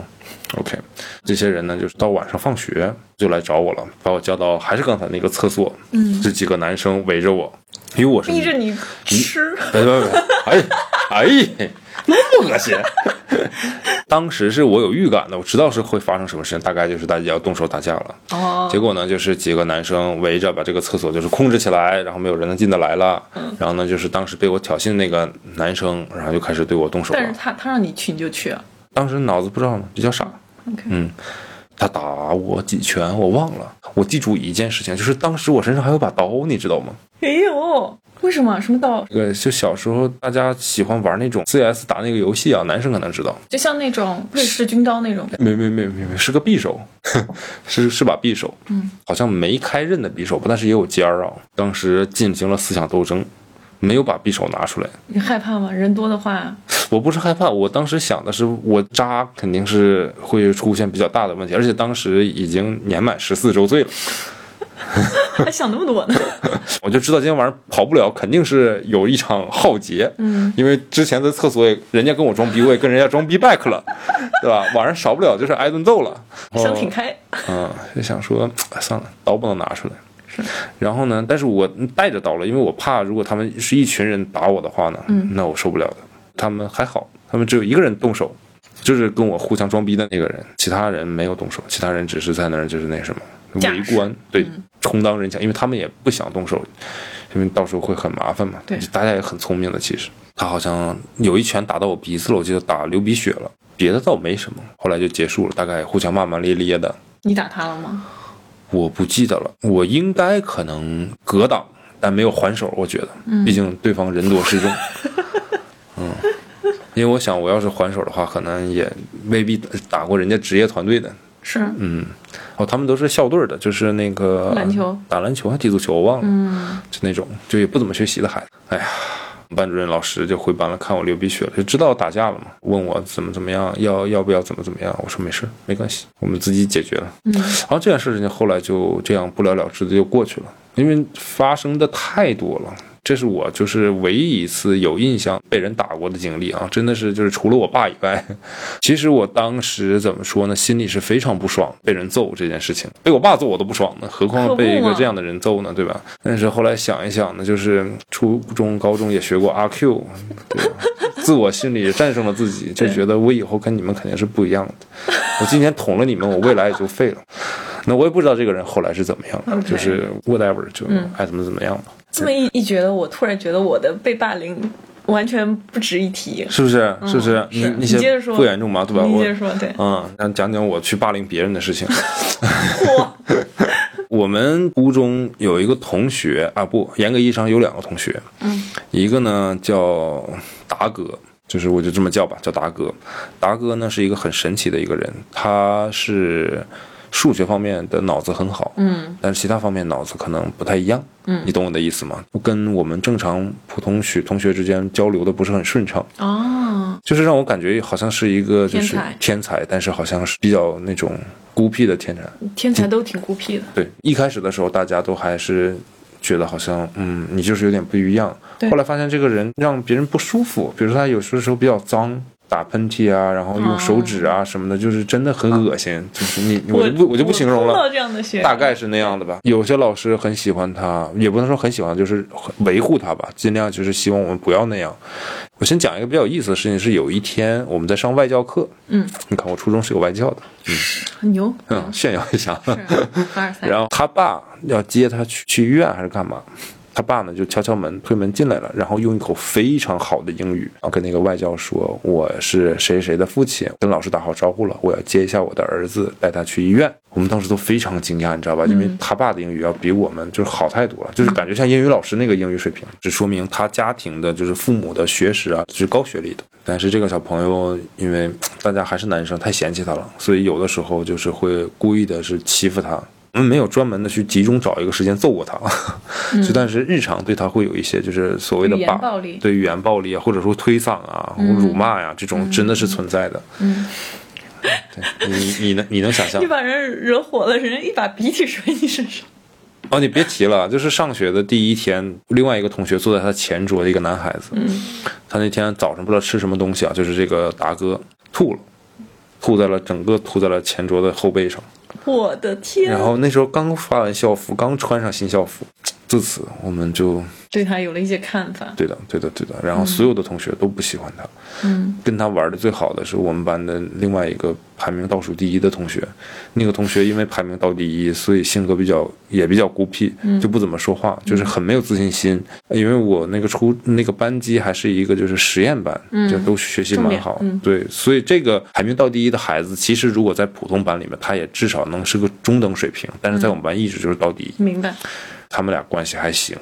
？OK，这些人呢，就是到晚上放学就来找我了，把我叫到还是刚才那个厕所，嗯，这几个男生围着我，因为我是逼着你吃，别别别！哎哎，那么恶 <laughs> 心！当时是我有预感的，我知道是会发生什么事情，大概就是大家要动手打架了。哦，结果呢，就是几个男生围着把这个厕所就是控制起来，然后没有人能进得来了。嗯然后呢，就是当时被我挑衅的那个男生，然后就开始对我动手但是了。他他让你去你就去啊。当时脑子不知道嘛，比较傻， OK，嗯，他打我几拳我忘了，我记住一件事情，就是当时我身上还有把刀，你知道吗？哎呦，为什么？什么道？这个就小时候大家喜欢玩那种 CS 打那个游戏啊，男生可能知道，就像那种瑞士军刀那种，没没没没没，是个匕首，是是把匕首，嗯，好像没开刃的匕首吧，但是也有尖儿啊。当时进行了思想斗争，没有把匕首拿出来。你害怕吗？人多 <laughs> 的话，我不是害怕，我当时想的是，我扎肯定是会出现比较大的问题，而且当时已经年满十四周岁了，还想那么多呢。我就知道今天晚上跑不了，肯定是有一场浩劫。嗯，因为之前在厕所也，人家跟我装逼，我也跟人家装逼 back 了，对吧？晚上少不了就是挨顿揍了。想挺开，嗯，就想说哎算了，刀不能拿出来。然后呢，但是我带着刀了，因为我怕如果他们是一群人打我的话呢，嗯那我受不了的。他们还好，他们只有一个人动手，就是跟我互相装逼的那个人，其他人没有动手，其他人只是在那儿就是那什么架围势嗯观，对，充当人墙，因为他们也不想动手，因为到时候会很麻烦嘛。对大家也很聪明的，其实他好像有一拳打到我鼻子了，我记得打流鼻血了，别的倒没什么，后来就结束了，大概互相骂骂咧咧的。你打他了吗？我不记得了，我应该可能格挡，但没有还手，我觉得，嗯毕竟对方人多 <laughs> 势众。嗯，因为我想，我要是还手的话，可能也未必打过人家职业团队的。是，嗯，哦，他们都是校队的，就是那个嗯篮球打篮球还踢足球，我忘了，嗯，就那种就也不怎么学习的孩子。哎呀。班主任老师就回班了，看我流鼻血了，就知道打架了嘛，问我怎么怎么样，要要不要怎么怎么样，我说没事，没关系，我们自己解决了。嗯，然后这件事情后来就这样不了了之的就过去了，因为发生的太多了。这是我就是唯一一次有印象被人打过的经历啊，真的是就是除了我爸以外， <laughs> 其实我当时怎么说呢，心里是非常不爽被人揍这件事情，被我爸揍我都不爽呢，何况可不被一个嘛这样的人揍呢，对吧？但是后来想一想呢，就是初中、高中也学过阿 Q，对吧？ <laughs> 自我心里战胜了自己，就觉得我以后跟你们肯定是不一样的。我今天捅了你们，我未来也就废了。那我也不知道这个人后来是怎么样的 OK 嗯就是 whatever，就爱怎么怎么样吧，这么一一觉得，我突然觉得我的被霸凌完全不值一提。是不是？是不是？嗯是那你接些着说不严重吧，对吧？你我接着说，对，嗯，那讲讲我去霸凌别人的事 <laughs> 情。我我们初中有一个同学啊，不，严格意义上有两个同学，嗯，一个呢叫达哥，就是我就这么叫吧，叫达哥。达哥呢是一个很神奇的一个人，他是数学方面的脑子很好，嗯，但是其他方面脑子可能不太一样，嗯你懂我的意思吗？跟我们正常普通学同学之间交流的不是很顺畅，哦，就是让我感觉好像是一个就是天才天才，但是好像是比较那种孤僻的天才。嗯天才都挺孤僻的，对，一开始的时候大家都还是觉得好像嗯，你就是有点不一样。对后来发现这个人让别人不舒服，比如说他有时候比较脏。打喷嚏啊，然后用手指啊什么的，就是真的很恶啊心，就是你我就不我就不形容碰到了，这样的学生， <laughs> 大概是那样的吧。有些老师很喜欢他，也不能说很喜欢，就是很维护他吧，尽量就是希望我们不要那样。我先讲一个比较有意思的事情，是有一天我们在上外教课，嗯，你看我初中是有外教的，很牛，嗯，炫耀一下。是啊凡尔 <laughs> 赛，然后他爸要接他去去医院还是干嘛？他爸呢就敲敲门，推门进来了，然后用一口非常好的英语，然后跟那个外教说：“我是谁谁的父亲，跟老师打好招呼了，我要接一下我的儿子，带他去医院。”我们当时都非常惊讶，你知道吧？因为他爸的英语要比我们就是好太多了，就是感觉像英语老师那个英语水平，只说明他家庭的就是父母的学识啊是高学历的。但是这个小朋友因为大家还是男生，太嫌弃他了，所以有的时候就是会故意的是欺负他，我嗯们没有专门的去集中找一个时间揍过他， <laughs> 就但是日常对他会有一些就是所谓的嗯语言霸暴力对语言暴力啊，或者说推搡啊、辱骂呀、这种真的是存在的。嗯，对你你能你能想象你把人惹火了，人家一把鼻涕甩你身上，哦，你别提了，就是上学的第一天，另外一个同学坐在他前桌的一个男孩子，嗯他那天早上不知道吃什么东西啊，就是这个达哥吐了，吐在了整个吐在了前桌的后背上。我的天，然后那时候刚发完校服，刚穿上新校服，自此我们就对他有了一些看法，对的，对的，对的。然后所有的同学都不喜欢他，嗯，跟他玩的最好的是我们班的另外一个排名倒数第一的同学。那个同学因为排名倒第一，所以性格比较也比较孤僻，嗯就不怎么说话，就是很没有自信心。因为我那个初那个班级还是一个就是实验班，就都学习蛮好，嗯重点嗯对，所以这个排名倒第一的孩子，其实如果在普通班里面，他也至少能是个中等水平，但是嗯在我们班一直就是倒第一。明白，他们俩关系还行。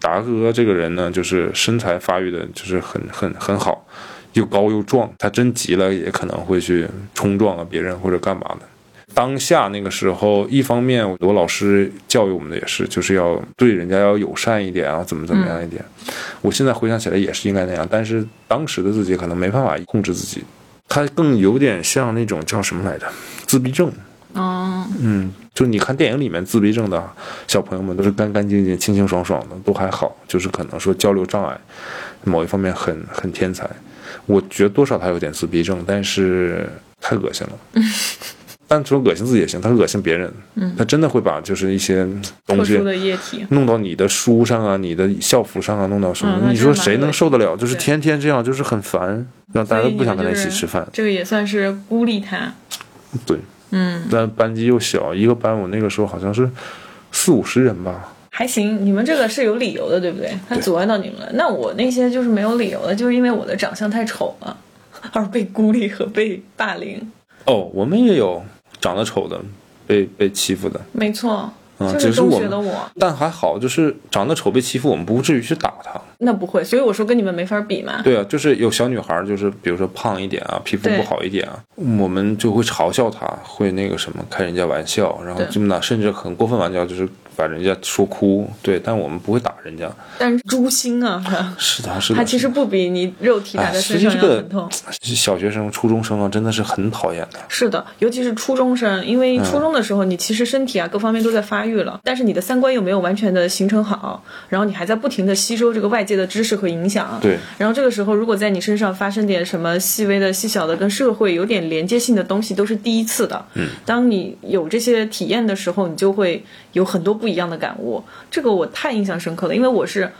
达哥这个人呢，就是身材发育的，就是很很很好，又高又壮。他真急了，也可能会去冲撞了别人或者干嘛的。当下那个时候，一方面我老师教育我们的也是，就是要对人家要友善一点啊，怎么怎么样一点。我现在回想起来也是应该那样，但是当时的自己可能没办法控制自己，他更有点像那种叫什么来着，自闭症。嗯，嗯，就你看电影里面自闭症的小朋友们都是干干净净、清清爽爽的，都还好，就是可能说交流障碍，某一方面很很天才。我觉得多少他有点自闭症，但是太恶心嗯了。但除了恶心自己也行，他恶心别人，他真的会把就是一些东特西殊的液体，弄到你的书上啊、你的校服上啊，弄到什么？嗯那你真说蛮谁恶能心受得了？就是对天天这样，就是很烦，让大家都所以不你想们跟他一就起是吃饭。这个也算是孤立他，对，嗯，但班级又小，一个班我那个时候好像是四五十人吧，还行，你们这个是有理由的，对不对？他阻碍到你们了。那我那些就是没有理由的，就是因为我的长相太丑了， <laughs> 而被孤立和被霸凌。哦，我们也有长得丑的，被被欺负的，没错，嗯，就只是中我学的们，我，但还好，就是长得丑被欺负，我们不至于去打他。那不会，所以我说跟你们没法比嘛。对啊，就是有小女孩儿，就是比如说胖一点啊，皮肤对不好一点啊，我们就会嘲笑她，会那个什么开人家玩笑，然后对就拿甚至很过分玩笑，就是把人家说哭。对，但我们不会打人家。但是诛心啊，是吧是的，是的。他其是实的不比你肉体打哎，在其身实上这要个疼痛。小学生、初中生啊，真的是很讨厌的。是的，尤其是初中生，因为初中的时候你其实身体啊各方面都在发育了，但是你的三观又没有完全的形成好，然后你还在不停的吸收这个外界的知识和影响。对然后这个时候如果在你身上发生点什么细微的、细小的跟社会有点连接性的东西，都是第一次的。嗯，当你有这些体验的时候，你就会有很多不一样的感悟。这个我太印象深刻了，因为我是。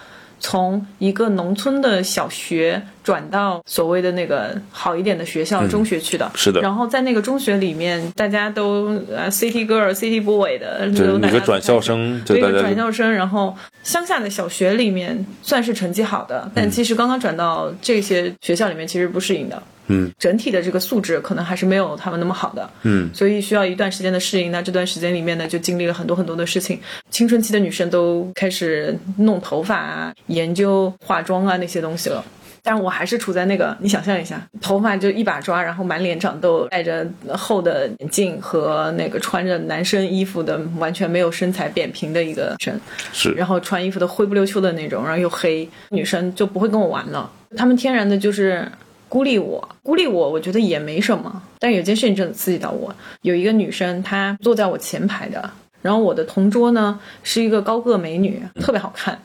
从一个农村的小学转到所谓的那个好一点的学校、中学去的，嗯是的然后在那个中学里面，大家都呃 city girl、city boy 的，就是都你大个家转校生，就对一大个家转就校生，然后乡下的小学里面算是成绩好的，但嗯其实刚刚转到这些学校里面，其实不适应的。嗯，整体的这个素质可能还是没有他们那么好的。嗯，所以需要一段时间的适应。那这段时间里面呢，就经历了很多很多的事情。青春期的女生都开始弄头发啊，研究化妆啊那些东西了。但是我还是处在那个，你想象一下，头发就一把抓，然后满脸长痘，戴着厚的眼镜和那个穿着男生衣服的，完全没有身材扁平的一个人。是然后穿衣服都灰不溜秋的那种，然后又黑，女生就不会跟我玩了。她们天然的就是孤立我，孤立我，我觉得也没什么。但有件事情真的刺激到我，有一个女生她坐在我前排的。然后我的同桌呢是一个高个美女，特别好看。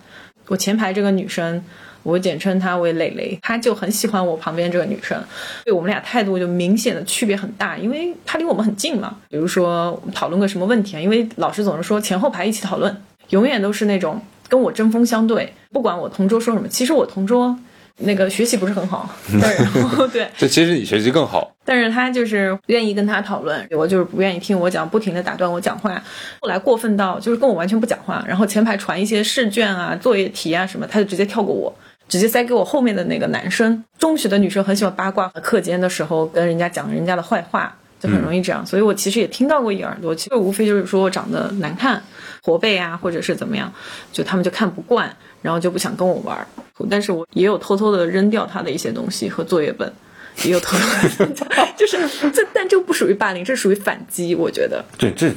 我前排这个女生，我简称她为蕾蕾，她就很喜欢我旁边这个女生，对我们俩态度就明显的区别很大，因为她离我们很近嘛。比如说我们讨论个什么问题啊，因为老师总是说前后排一起讨论，永远都是那种跟我针锋相对，不管我同桌说什么，其实我同桌。那个学习不是很好，但然后对，这其实你学习更好，但是他就是愿意跟他讨论，我就是不愿意听我讲，不停的打断我讲话。后来过分到就是跟我完全不讲话，然后前排传一些试卷啊、作业题啊什么，他就直接跳过我，直接塞给我后面的那个男生。中学的女生很喜欢八卦，课间的时候跟人家讲人家的坏话，就很容易这样。所以我其实也听到过一耳朵，其实无非就是说我长得难看、驼背啊，或者是怎么样，就他们就看不惯，然后就不想跟我玩儿。但是我也有偷偷的扔掉他的一些东西和作业本。也有偷偷，就是这，但这不属于霸凌，这属于反击。我觉得，对，这呃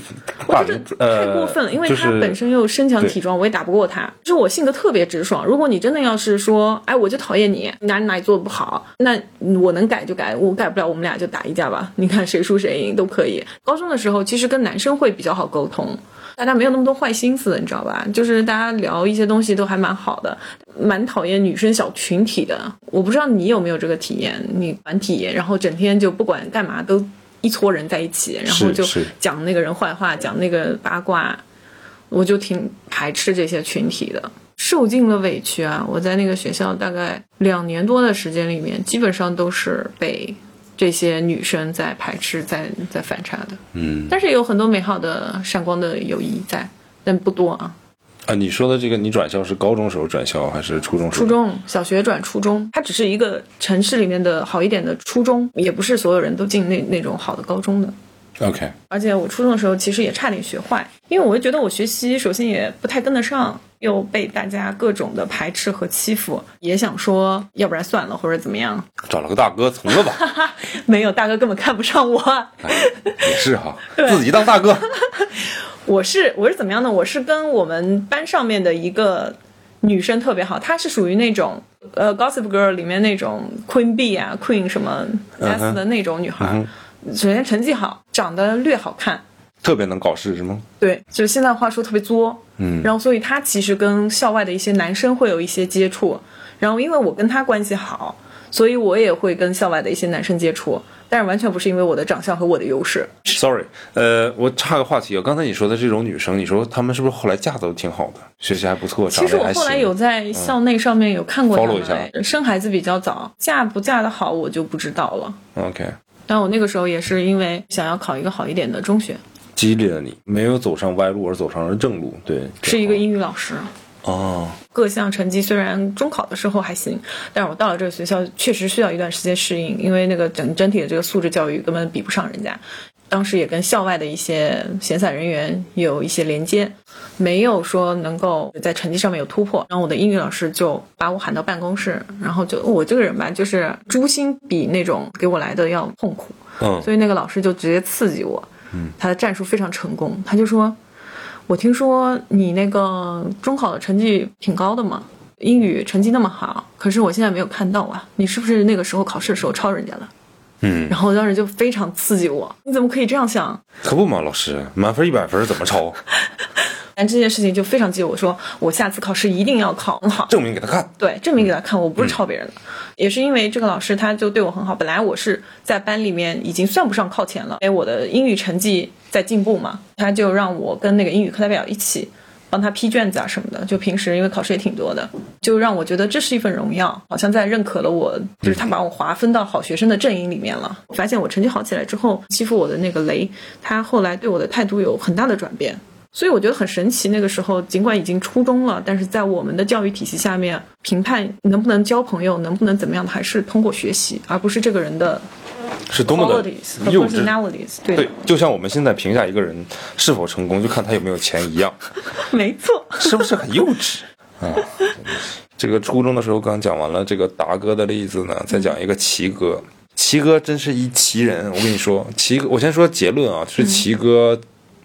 我觉得太过分了，因为他本身又身强体壮，我也打不过他。就是我性格特别直爽，如果你真的要是说，哎，我就讨厌你，哪哪里做的不好，那我能改就改，我改不了，我们俩就打一架吧。你看谁输谁赢都可以。高中的时候，其实跟男生会比较好沟通。大家没有那么多坏心思，你知道吧？就是大家聊一些东西都还蛮好的，蛮讨厌女生小群体的。我不知道你有没有这个体验，你团体，然后整天就不管干嘛都一撮人在一起，然后就是是讲那个人坏话，讲那个八卦，我就挺排斥这些群体的。受尽了委屈啊！我在那个学校大概两年多的时间里面，基本上都是被这些女生在排斥、在在反差的。嗯但是也有很多美好的、闪光的友谊在，但不多啊。啊，你说的这个你转校是高中时候转校还是初中时候？初中小学转初中，它只是一个城市里面的好一点的初中，也不是所有人都进那那种好的高中的。 OK，而且我初中的时候其实也差点学坏，因为我就觉得我学习首先也不太跟得上，又被大家各种的排斥和欺负，也想说要不然算了或者怎么样。找了个大哥从了 <laughs> 吧，没有，大哥根本看不上我，也是哈，自己当大哥。我是我是怎么样呢？我是跟我们班上面的一个女生特别好，她是属于那种呃《Gossip Girl》里面那种 Queen B 啊、Queen 什么 S 的那种女孩。嗯首先成绩好，长得略好看，特别能搞事是吗？对，就是现在话说特别作。嗯然后所以她其实跟校外的一些男生会有一些接触。然后因为我跟她关系好，所以我也会跟校外的一些男生接触，但是完全不是因为我的长相和我的优势。 ，Sorry，呃，我岔个话题啊，刚才你说的这种女生，你说她们是不是后来嫁的都挺好的，学习还不错，其长实得我还后来行嗯有在校内上面有看过他 follow 们一下哎生孩子比较早，嫁不嫁得好我就不知道了。 ？OK，但我那个时候也是因为想要考一个好一点的中学，激励了你，没有走上歪路，而走上了正路，对，是一个英语老师。哦，各项成绩虽然中考的时候还行，但是我到了这个学校确实需要一段时间适应，因为那个整整体的这个素质教育根本比不上人家。当时也跟校外的一些闲散人员有一些连接，没有说能够在成绩上面有突破。然后我的英语老师就把我喊到办公室，然后就哦我这个人吧，就是诛心比那种给我来的要痛苦。嗯，所以那个老师就直接刺激我，他的战术非常成功，他就说：“我听说你那个中考的成绩挺高的嘛，英语成绩那么好，可是我现在没有看到啊，你是不是那个时候考试的时候抄人家了？”嗯，然后当时就非常刺激我，你怎么可以这样想？可不嘛，老师，满分一百分怎么抄？但这件事情就非常激我说，我下次考试一定要考很好。证明给他看。对，证明给他看，我不是抄别人的，也是因为这个老师他就对我很好。本来我是在班里面已经算不上靠前了，哎因为我的英语成绩在进步嘛，他就让我跟那个英语课代表一起帮他批卷子啊什么的。就平时因为考试也挺多的，就让我觉得这是一份荣耀，好像在认可了我，就是他把我划分到好学生的阵营里面了。发现我成绩好起来之后，欺负我的那个雷，他后来对我的态度有很大的转变。所以我觉得很神奇。那个时候，尽管已经初中了，但是在我们的教育体系下面，评判能不能交朋友，能不能怎么样的，还是通过学习，而不是这个人的是多么的 qualities 和幼稚。 personalities。对的对，就像我们现在评价一个人是否成功，就看他有没有钱一样， <laughs> 没错。是不是很幼稚啊？真的是这个初中的时候刚讲完了这个达哥的例子呢，再讲一个奇哥。奇哥真是一奇人，我跟你说，奇哥，我先说结论啊，是奇哥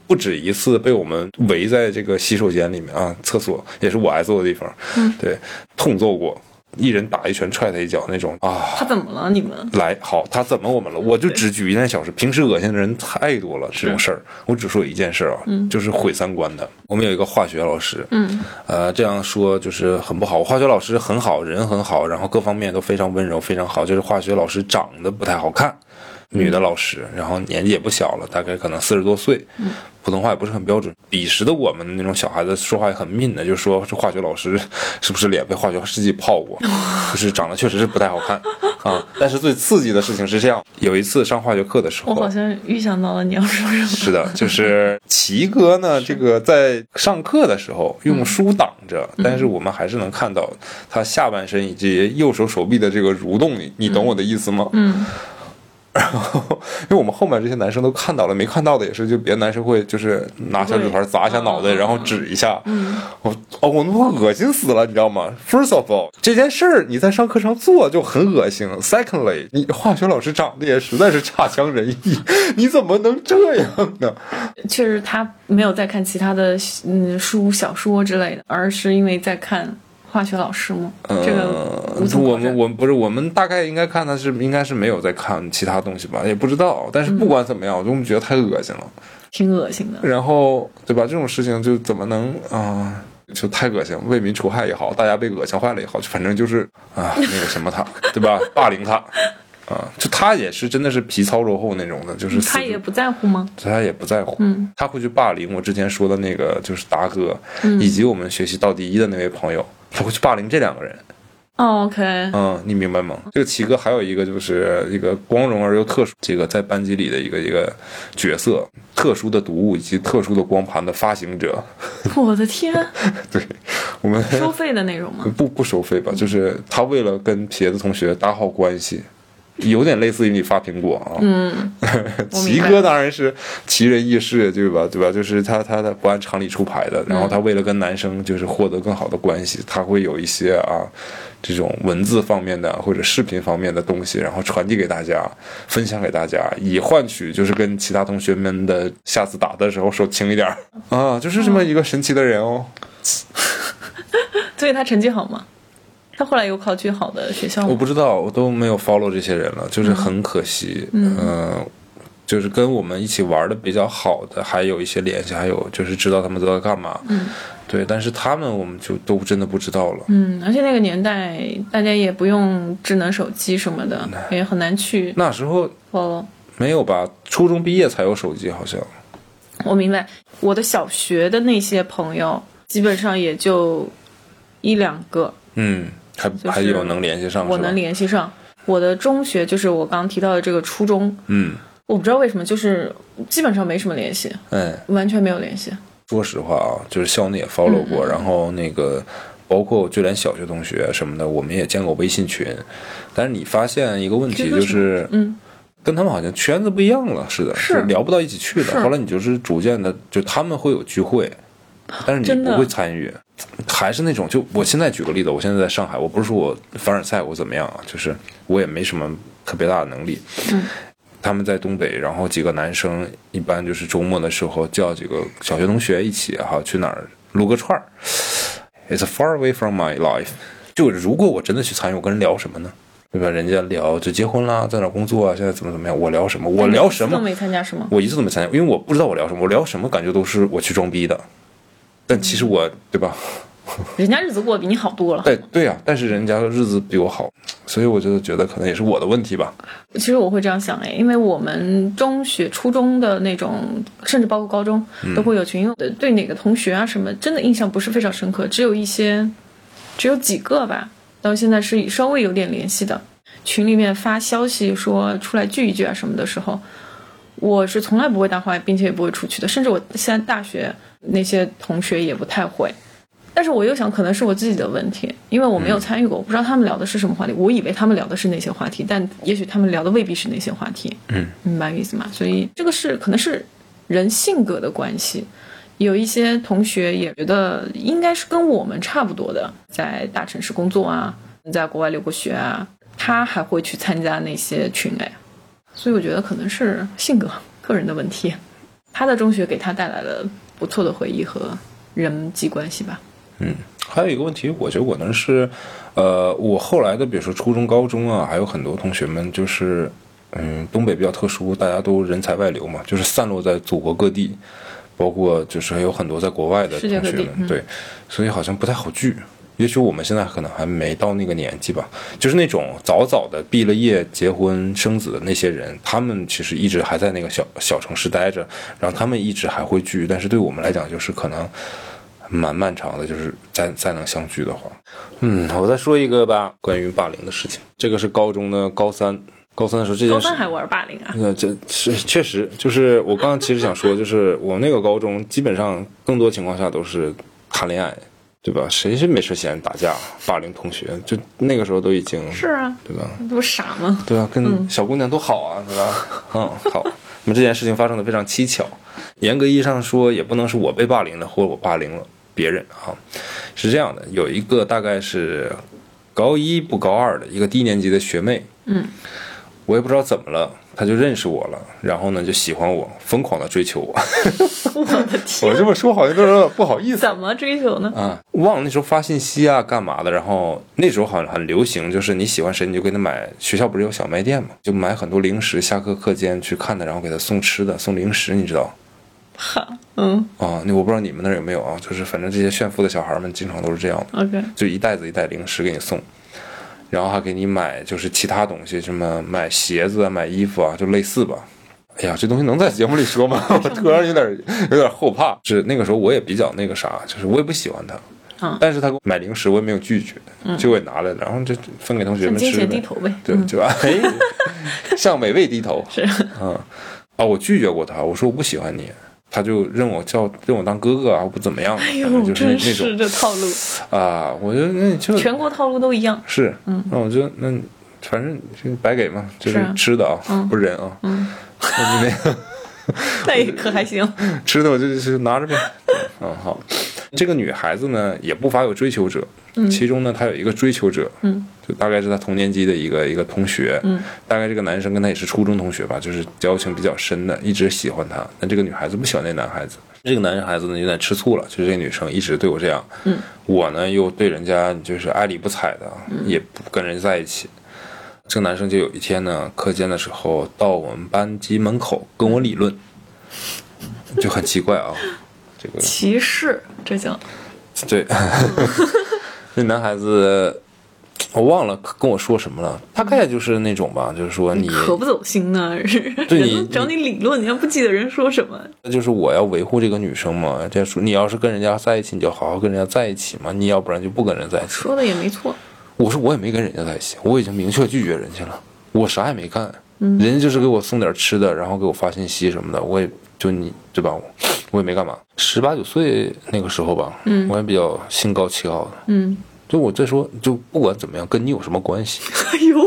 不止一次被我们围在这个洗手间里面啊，厕所也是我挨揍的地方，对，痛揍过。一人打一拳踹他一脚那种啊。他怎么了？你们来好，他怎么我们了？我就只举一件小事，平时恶心的人太多了，这种事儿，我只说一件事儿啊，就是毁三观的。我们有一个化学老师，嗯，呃，这样说就是很不好。我化学老师很好，人很好，然后各方面都非常温柔，非常好。就是化学老师长得不太好看，女的老师，然后年纪也不小了，大概可能四十多岁，普通话也不是很标准。彼时的我们那种小孩子说话也很敏的，就说这化学老师是不是脸被化学试剂泡 <laughs> 过，就是长得确实是不太好看啊。但是最刺激的事情是这样，有一次上化学课的时我候好，像预想到了你要说什么。是的，就是奇哥呢，这个在上课的时候嗯用书挡着，但是我们还是能看到他下半身以及右手手臂的这个蠕动，你你懂我的意思吗？嗯，然后，因为我们后面这些男生都看到了，没看到的也是，就别的男生会就是拿小纸团砸一下脑袋，嗯对然后指一下。我哦，我他妈恶心死了，你知道吗？First of all，这件事儿你在上课上做就很恶心。Secondly，你化学老师长得也实在是差强人意，你怎么能这样呢？确实他没有在看其他的嗯书、小说之类的，而是因为在看化学老师吗？这个无呃，从我考们证。我们不是我们大概应该看的是应该是没有在看其他东西吧，也不知道。但是不管怎么样，我就觉得太恶心了。挺恶心的。然后对吧？这种事情就怎么能啊、就太恶心，为民除害也好，大家被恶心坏了也好，就反正就是啊，那个什么他， <laughs> 对吧？霸凌他。啊，就他也是真的是皮糙肉厚那种的，就是他死也不嗯在乎吗？他也不在乎，他会去霸凌我之前说的那个就是达哥，嗯以及我们学习到第一的那位朋友，他会去霸凌这两个人，哦，OK，嗯，你明白吗？这个奇哥还有一个就是一个光荣而又特殊，这个在班级里的一个一个角色，特殊的读物以及特殊的光盘的发行者。 <laughs> 我的天， <laughs> 对我们收费的那种吗？不不收费吧，就是他为了跟撇子同学打好关系，有点类似于你发苹果啊。 <laughs> 嗯，我奇明白哥当然是奇人异事，对吧？对吧？就是他他他不按常理出牌的，然后他嗯为了跟男生就是获得更好的关系，他会有一些啊这种文字方面的或者视频方面的东西，然后传递给大家，分享给大家，以换取就是跟其他同学们的下次打的时候手轻一点儿啊，就是这嗯么一个神奇的人哦。所以他成绩好吗？他后来有考去好的学校我吗？不知道，我都没有 follow 这些人了，就是很可惜。嗯、就是跟我们一起玩的比较好的，还有一些联系，还有就是知道他们都在干嘛。嗯，对，但是他们我们就都真的不知道了。嗯，而且那个年代大家也不用智能手机什么的，也很难去那时候 follow。没有吧？初中毕业才有手机，好像。我明白，我的小学的那些朋友基本上也就一两个，嗯，还、是还有能联系上，我是吧能联系上。我的中学就是我刚提到的这个初中，嗯，我不知道为什么，就是基本上没什么联系，哎，完全没有联系。说实话啊，就是校内也嗯 follow 过，然后那个包括就连小学同学什么的，我们也建过微信群。但是你发现一个问题这就个是是，嗯，跟他们好像圈子不一样了，是的，是就聊不到一起去是的。后来你就是逐渐的，就他们会有聚会， <laughs> 但是真你的不会参与，还是那种就我现在举个例子，我现在在上海，我不是说我凡尔赛我怎么样啊，就是我也没什么特别大的能力。嗯他们在东北，然后几个男生一般就是周末的时候叫几个小学同学一起哈、去哪儿撸个串儿。It's far away from my life。就如果我真的去参与，我跟人聊什么呢？对吧？人家聊就结婚啦，在哪儿工作啊，现在怎么怎么样？我聊什么？我聊什都么？没参加是吗？我一次都没参加，因为我不知道我聊什么，我聊什么感觉都是我去装逼的。但其实我对吧？人家日子过得比你好多了。对对呀、但是人家的日子比我好，所以我就觉得可能也是我的问题吧。其实我会这样想哎，因为我们中学、初中的那种，甚至包括高中，都会有群，因为我对哪个同学啊什么，真的印象不是非常深刻，只有一些，只有几个吧，到现在是稍微有点联系的。群里面发消息说出来聚一聚啊什么的时候，我是从来不会搭话，并且也不会出去的，甚至我现在大学那些同学也不太会。但是我又想，可能是我自己的问题，因为我没有参与过，我不知道他们聊的是什么话题。我以为他们聊的是那些话题，但也许他们聊的未必是那些话题。嗯，明白我意思吗？所以这个是可能是人性格的关系。有一些同学也觉得应该是跟我们差不多的，在大城市工作啊，在国外留过学啊，他还会去参加那些群哎，所以我觉得可能是性格个人的问题。他的中学给他带来了不错的回忆和人际关系吧。还有一个问题，我觉得我能是，呃，我后来的，比如说初中、高中啊，还有很多同学们，就是，嗯，东北比较特殊，大家都人才外流嘛，就是散落在祖国各地，包括就是还有很多在国外的世同学界各地嗯们，对，所以好像不太好聚。也许我们现在可能还没到那个年纪吧，就是那种早早的毕了业、结婚生子的那些人，他们其实一直还在那个小小城市待着，然后他们一直还会聚，但是对我们来讲，就是可能蛮漫长的，就是再再能相聚的话，嗯，我再说一个吧，关于霸凌的事情，这个是高中的高三，高三的时候这件高事三还玩霸凌啊？那这是确实，就是我刚刚其实想说，就是我那个高中基本上更多情况下都是谈恋爱，对吧？谁是没事闲打架、霸凌同学？就那个时候都已经是啊，对吧？这不傻吗？ <laughs> 对啊，嗯跟小姑娘多好啊，对吧？嗯，好。那么这件事情发生的非常蹊跷，严格意义上说，也不能是我被霸凌了，或者我霸凌了别人啊。是这样的，有一个大概是高一不高二的一个低年级的学妹，嗯，我也不知道怎么了，她就认识我了，然后呢就喜欢我，疯狂的追求我。 <laughs> 我的天，我这么说好像都有点不好意思怎么追求呢？啊，忘了那时候发信息啊，干嘛的？然后那时候好像很流行，就是你喜欢谁，你就给他买。学校不是有小卖店嘛，就买很多零食，下课课间去看他，然后给他送吃的，送零食，你知道哈，嗯啊？那我不知道你们那儿有没有啊？就是反正这些炫富的小孩们经常都是这样的。 ，OK，就一袋子一袋零食给你送，然后还给你买就是其他东西，什么买鞋子啊、买衣服啊，就类似吧。哎呀，这东西能在节目里说 <laughs> 吗？我突然有点有点后怕。是那个时候我也比较那个啥，就是我也不喜欢他，嗯但是他给我买零食我也没有拒绝，就我也拿来了，然后就分给同学向们金吃钱呗。低头呗。对，嗯就 <laughs> 哎，向美味低头。是，嗯，啊，我拒绝过他，我说我不喜欢你，他就认我叫认我当哥哥啊，我不怎么样，哎反呦正，就是那真那种是这套 <laughs> 路，啊，我就那就全国套路都一样。是，那我就那反正就白给嘛，就是啊是吃的啊，嗯不是人啊，嗯那就那那也可还行，个 <laughs> 吃的我就就是拿着呗。嗯，好，这个女孩子呢也不乏有追求者，其中呢她有一个追求者，嗯，就大概是她同年级的一个一个同学，嗯，大概这个男生跟她也是初中同学吧，就是交情比较深的，一直喜欢她，但这个女孩子不喜欢那男孩子。这个男孩子呢有点吃醋了，就是这个女生一直对我这样，嗯，我呢又对人家就是爱理不睬的，嗯也不跟人在一起。这个男生就有一天呢，课间的时候到我们班级门口跟我理论，就很奇怪啊。这个歧视，这叫 <laughs> 对，那男孩子我忘了跟我说什么了，大概就是那种吧，就是说你可不走心呢。对人你都找你理论，你还不记得人说什么？就是我要维护这个女生嘛，这样说你要是跟人家在一起，你就好好跟人家在一起嘛，你要不然就不跟人在一起。说的也没错，我说我也没跟人家在一起，我已经明确拒绝人家了，我啥也没干，嗯人家就是给我送点吃的，然后给我发信息什么的，我也就你对吧？我我也没干嘛，十八九岁那个时候吧，嗯我也比较心高气傲的，嗯，就我再说，就不管怎么样，跟你有什么关系， <laughs> 哎呦，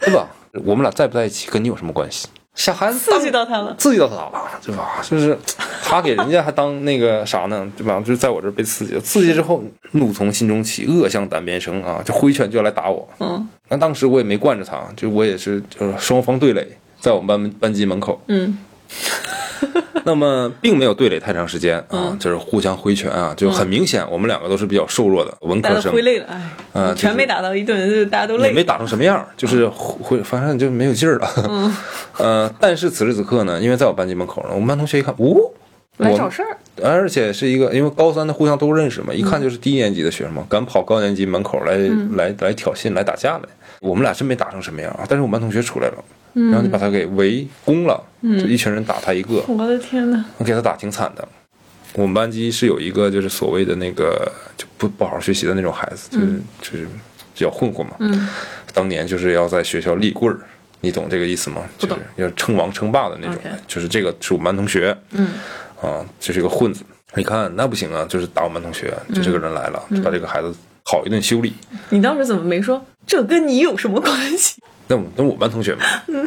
对吧？我们俩在不在一起，跟你有什么关系？小孩子当刺激到他了。刺激到他了，对吧？就是他给人家还当那个啥呢，对吧？就是在我这儿被刺激了，刺激之后怒从心中起，恶向胆边生啊，就挥拳就要来打我。嗯那当时我也没惯着他，就我也是就是双方对垒，在我们班班级门口，嗯，那么并没有对垒太长时间啊，就是互相挥拳啊，就很明显我们两个都是比较瘦弱的文打科的生挥。累了，哎，啊就是全没打到一顿，就大家都也累没。打成什么样儿，就是挥，反正就没有劲儿了。嗯， <laughs> 呃，但是此时此刻呢，因为在我班级门口呢，我们班同学一看，哦，来我找事儿，嗯而且是一个，因为高三的互相都认识嘛，一看就是低年级的学生嘛，敢跑高年级门口来、来来挑衅、来打架来。我们俩真没打成什么样啊，但是我们班同学出来了，嗯然后就把他给围攻了，就一群人打他一个，我的天呐，给他打挺惨的。我们班级是有一个就是所谓的那个就不不好好学习的那种孩子，就是、就是比较混混嘛，嗯，当年就是要在学校立棍儿，你懂这个意思吗？不就懂是要称王称霸的那种 OK 就是这个是我们班同学，嗯，啊，就是一个混子。你看那不行啊，就是打我们班同学，嗯就这个人来了，就把这个孩子好一顿修理。你当时怎么没说这跟你有什么关系？那我那我班同学嘛，嗯 <laughs>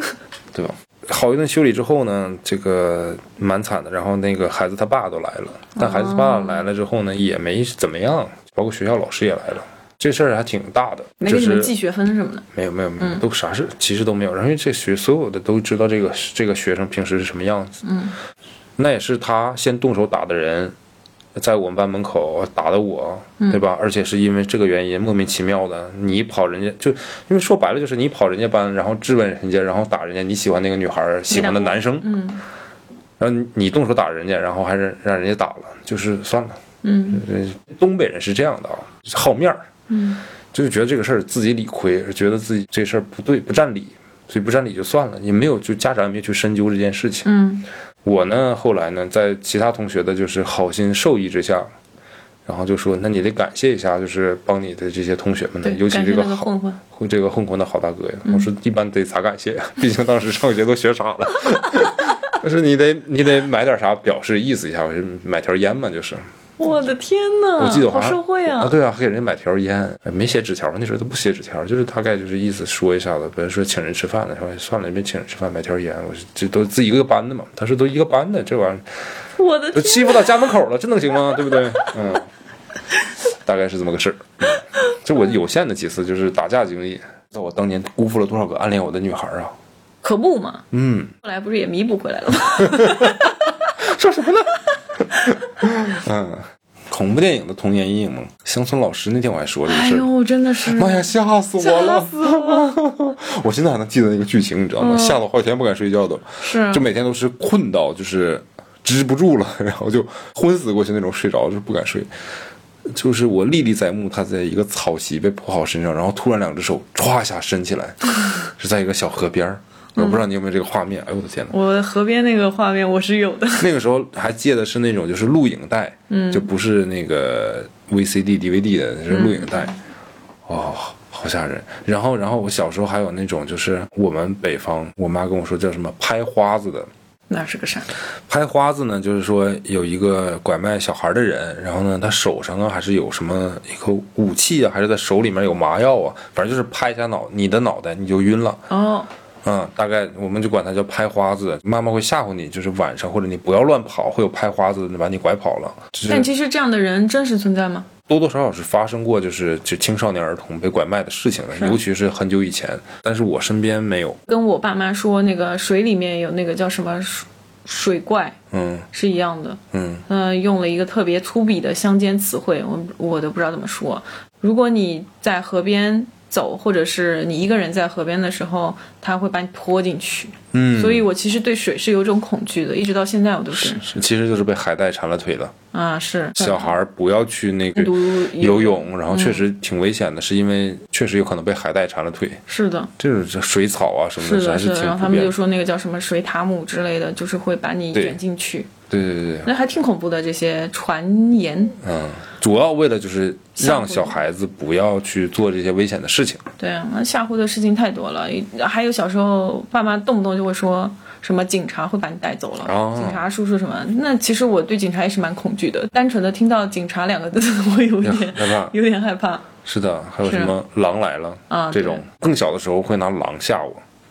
对吧？好一顿修理之后呢，这个蛮惨的。然后那个孩子他爸都来了，但孩子哦爸来了之后呢，也没怎么样，包括学校老师也来了，这事儿还挺大的。没就给你们是。记学分什么的。没有没有没有，都啥事其实都没有。然后因为这学所有的都知道这个这个学生平时是什么样子，嗯，那也是他先动手打的人，在我们班门口打的我，对吧？而且是因为这个原因莫名其妙的，你跑人家就，因为说白了就是你跑人家班，然后质问人家，然后打人家你喜欢那个女孩儿喜欢的男生，嗯然后你你动手打人家，然后还是让人家打了，就是算了。嗯呃东北人是这样的啊，就是好面儿，嗯就是觉得这个事儿自己理亏，觉得自己这事儿不对不占理，所以不占理就算了，也没有就家长也没有去深究这件事情。嗯我呢，后来呢，在其他同学的就是好心授意之下，然后就说，那你得感谢一下，就是帮你的这些同学们呢对，，尤其感这谢个那个好混混，嗯混这个混混的好大哥呀。我说一般得咋感谢？ <laughs> 毕竟当时上学都学傻了。 <laughs> 但是你得你得买点啥表示意思一下，我就买条烟嘛，就是。我的天呐，我记得我好好像社会啊！对啊，给人家买条烟，哎没写纸条，那时候都不写纸条，就是大概就是意思说一下子。本来说请人吃饭的，说算了，别请人吃饭，买条烟。我说这都自己一个班的嘛，他说都一个班的，这玩意儿我的都天，欺负到家门口了，这能行吗？对不 <laughs> 对？嗯，大概是这么个事儿。嗯这我有限的几次就是打架经历，在我当年辜负了多少个暗恋我的女孩啊！可不嘛！嗯，后来不是也弥补回来了吗？说什么呢？嗯，恐怖电影的童年阴影嘛。乡村老师那天我还说这个哎事儿。呦，真的是，妈哎呀，吓死我吓了！死我！ <laughs> 嗯我现在还能记得那个剧情，你知道吗？吓得好几天不敢睡觉都，是就每天都是困到就是支不住了， <laughs> 然后就昏死过去那种，睡着就不敢睡。就是我历历在目，他在一个草席被铺好身上，然后突然两只手歘一下伸起 <laughs> 来，是在一个小河边儿。我不知道你有没有这个画面，哎呦我的天哪！我河边那个画面我是有的， <laughs> 那个时候还借的是那种就是录影带，就不是那个 VCD、DVD 的，是录影带。哦，好吓人。然后，然后我小时候还有那种就是我们北方，我妈跟我说叫什么拍花子的。那是个啥？拍花子呢，就是说有一个拐卖小孩的人，然后呢，他手上啊还是有什么一个武器啊，还是在手里面有麻药啊，反正就是拍一下脑你的脑袋你就晕了。哦，嗯，大概我们就管它叫拍花子。妈妈会吓唬你，就是晚上或者你不要乱跑，会有拍花子把你拐跑了。就但是其实这样的人真实存在吗？多多少少是发生过，就是就青少年儿童被拐卖的事情的，尤其是很久以前。但是我身边没有，跟我爸妈说那个水里面有那个叫什么水水怪嗯是一样的，嗯，嗯、用了一个特别粗鄙的乡间词汇，我我都不知道怎么说。如果你在河边走，或者是你一个人在河边的时候，他会把你拖进去。嗯，所以我其实对水是有一种恐惧的，一直到现在我都是是其实就是被海带缠了腿的。啊，是小孩儿不要去那个单独游泳，然后嗯确实挺危险的，是因为确实有可能被海带缠了腿。是的，这种这水草啊什么是还的，是是挺的。然后普他们遍就的。说那个叫什么水塔姆之类的，就是会把你对卷进去，对对对对，那还挺恐怖的这些传言。嗯，主要为了就是吓唬让你小孩子不要去做这些危险的事情。对啊，那吓唬的事情太多了。还有小时候，爸妈动不动就会说什么警察会把你带走了，哦警察叔叔什么。那其实我对警察也是蛮恐惧的，单纯的听到“警察”两个字，我有 <laughs> 一点害怕有点害怕。是的，还有是什么狼来了啊这种对，更小的时候会拿狼吓我，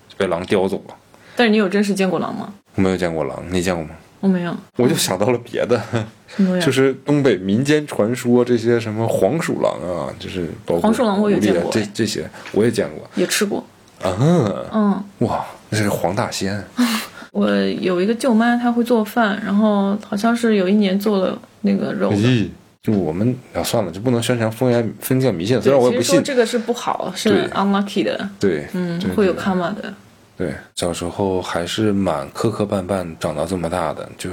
就被狼叼走了。但是你有真实见过狼吗？我没有见过狼，你见过吗？我没有，我就想到了别的，什么东西啊？就是东北民间传说这些什么黄鼠狼啊，就是包括黄鼠狼我有狐狸啊见过这哎这些我也见过。也吃过。啊，嗯，哇，那是个黄大仙，我有一个舅妈，她会做饭，然后好像是有一年做了那个肉的。咦，就我们啊，算了，就不能宣传封建封建迷信，虽对然我也其不实说信。这个是不好，是对 unlucky 的，对，嗯对，会有对 karma 的。对，小时候还是蛮磕磕绊绊长到这么大的，就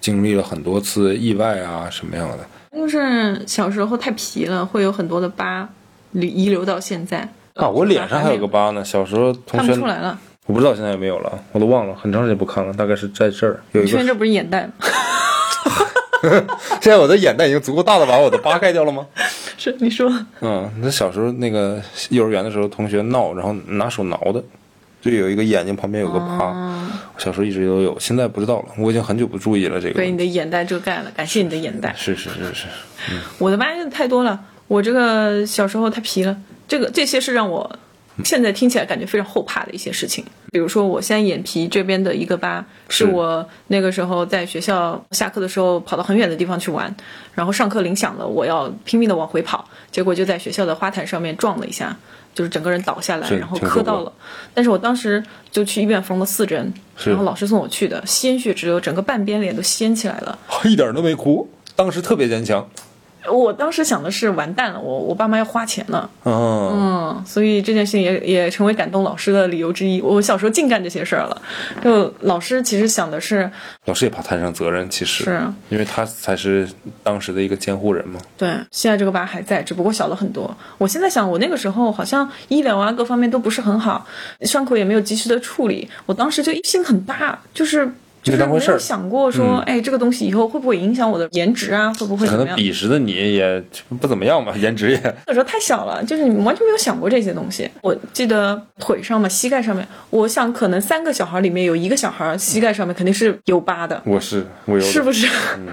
经历了很多次意外啊什么样的。就是小时候太皮了，会有很多的疤遗遗留到现在。啊，我脸上还有个疤呢，小时候同看学不出来了，我不知道现在有没有了，我都忘了，很长时间不看了，大概是在这儿有一你确个定。这不是眼袋吗？ <laughs> 现在我的眼袋已经足够大了，把我的疤盖掉了吗？ <laughs> 是你说嗯，那小时候那个幼儿园的时候，同学闹，然后拿手挠的，就有一个眼睛旁边有哦个疤，我小时候一直都有，现在不知道了，我已经很久不注意了这个被问你题。的眼袋遮盖了，感谢你的眼袋。是是是是， <laughs> 我的疤太多了，我这个小时候太皮了，这个这些是让我现在听起来感觉非常后怕的一些事情。比如说，我现在眼皮这边的一个疤，是是我那个时候在学校下课的时候跑到很远的地方去玩，然后上课铃响了，我要拼命的往回跑，结果就在学校的花坛上面撞了一下，就是整个人倒下来，是然后听说磕到过了。但是我当时就去医院缝了四针，是然后老师送我去的，鲜血直流，整个半边脸都掀起来了。一点都没哭。当时特别坚强。我当时想的是，完蛋了，我我爸妈要花钱了，嗯，嗯，所以这件事情也也成为感动老师的理由之一。我小时候净干这些事儿了，就老师其实想的是，老师也怕摊上责任，其实是因为他才是当时的一个监护人嘛。对，现在这个疤还在，只不过小了很多。我现在想，我那个时候好像医疗啊各方面都不是很好，伤口也没有及时的处理，我当时就心很大，就是。就是当回没事儿嗯有想过说，哎，这个东西以后会不会影响我的颜值啊？会不会可怎么能样？彼时的你也不怎么样吧， <laughs> 颜值也，那时候太小了，就是你完全没有想过这些东西。我记得腿上嘛，膝盖上面，我想可能三个小孩里面有一个小孩膝盖上面肯定是有疤的我是我有是点不是？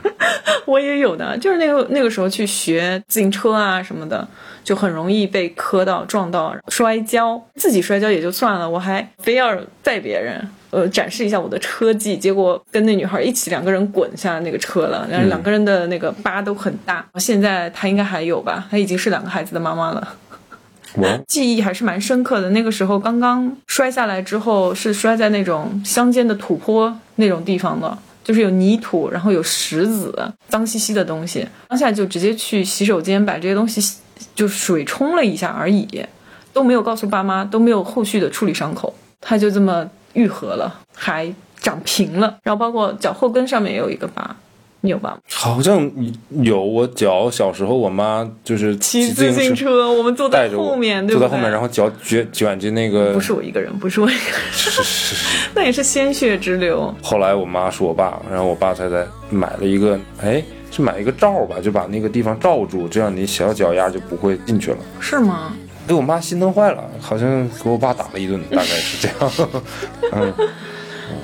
<laughs> 我也有的，就是那个那个时候去学自行车啊什么的，就很容易被磕到、撞到、摔跤。自己摔跤也就算了，我还非要带别人。呃，展示一下我的车技，结果跟那女孩一起两个人滚下那个车了，然后两个人的那个疤都很大。现在她应该还有吧？她已经是两个孩子的妈妈了。我记忆还是蛮深刻的。那个时候刚刚摔下来之后，是摔在那种乡间的土坡那种地方的，就是有泥土，然后有石子，脏兮兮的东西。当下就直接去洗手间把这些东西洗就水冲了一下而已，都没有告诉爸妈，都没有后续的处理伤口，它就这么愈合了，还长平了。然后包括脚后跟上面也有一个疤，你有疤吗？好像有我脚小时候我妈就是骑自自行车车，我们坐带在着我后面，坐对不在对？后面，然后脚卷卷进那个不是我一个人，不是我一个人。是是是是。 <laughs> 那也是鲜血直流，后来我妈说我爸，然后我爸才在买了一个，哎，是买一个罩吧，就把那个地方罩住，这样你小脚丫就不会进去了。哎是吗？给我妈心疼坏了，好像给我爸打了一顿，大概是这样。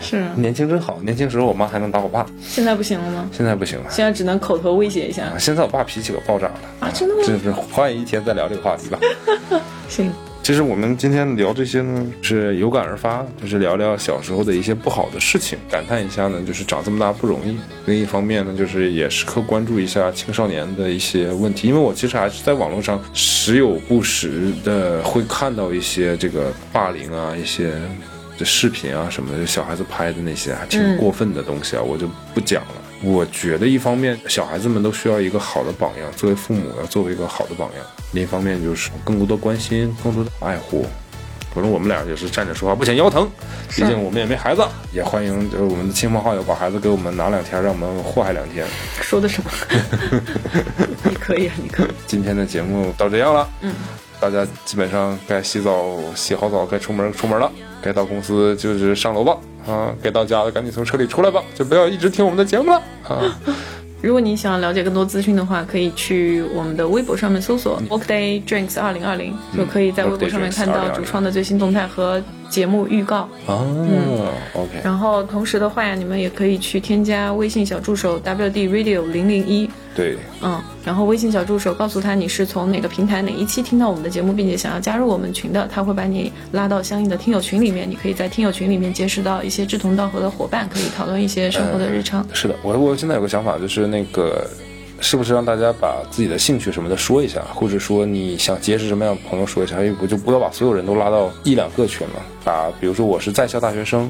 是，年轻真好，年轻时候我妈还能打我爸，现在不行了吗？现在不行了。现在只能口头威胁一下啊，现在我爸脾气可爆炸了啊！真的吗？这是换一天再聊这个话题吧。行，其实我们今天聊这些呢，是有感而发，就是聊聊小时候的一些不好的事情，感叹一下呢，就是长这么大不容易。另一方面呢，就是也时刻关注一下青少年的一些问题，因为我其实还是在网络上时有不时的会看到一些这个霸凌啊，一些。这视频啊什么的，就小孩子拍的那些还挺嗯过分的东西啊，我就不讲了。我觉得一方面小孩子们都需要一个好的榜样，作为父母要作为一个好的榜样；另一方面就是更多的关心，更多的爱护。反正我们俩也是站着说话不嫌腰疼，毕竟我们也没孩子，也欢迎就是我们的亲朋好友把孩子给我们拿两天，让我们祸害两天。说的什么？ <laughs> 你可以啊，你可以。今天的节目到这样了，嗯，大家基本上该洗澡、洗好澡，该出门出门了，该到公司就是上楼吧，啊，该到家了赶紧从车里出来吧，就不要一直听我们的节目了啊。如果你想要了解更多资讯的话，可以去我们的微博上面搜索 Workday Drinks 二零二零，就可以在微博上面看到嗯 Workday Drinks 2020主创的最新动态和节目预告。啊、o 嗯 k 然后同时的话呀，你们也可以去添加微信小助手 WD Radio 零零一，对，嗯，然后微信小助手告诉他你是从哪个平台哪一期听到我们的节目，并且想要加入我们群的，他会把你拉到相应的听友群里面。你可以在听友群里面结识到一些志同道合的伙伴，可以讨论一些生活的日常。是的，我我现在有个想法，就是那个，是不是让大家把自己的兴趣什么的说一下，或者说你想结识什么样的朋友说一下，要不就不要把所有人都拉到一两个群了，把比如说我是在校大学生，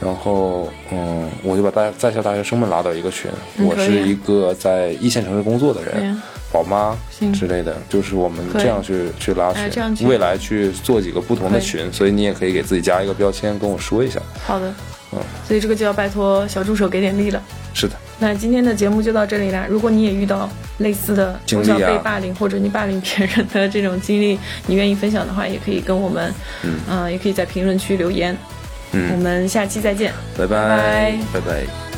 然后嗯，我就把大在校大学生们拉到一个群，嗯我可以是一个在一线城市工作的对人呀，宝妈行之类的，就是我们可以这样去去拉哎这样群，去未来去做几个不同的可以群，所以你也可以给自己加一个标签，跟我说一下。好的，嗯所以这个就要拜托小助手给点力了。是的，那今天的节目就到这里啦。如果你也遇到类似的经从历啊小被霸凌或者你霸凌别人的这种经历，你愿意分享的话，也可以跟我们，嗯、也可以在评论区留言。嗯我们下期再见。拜拜拜拜。拜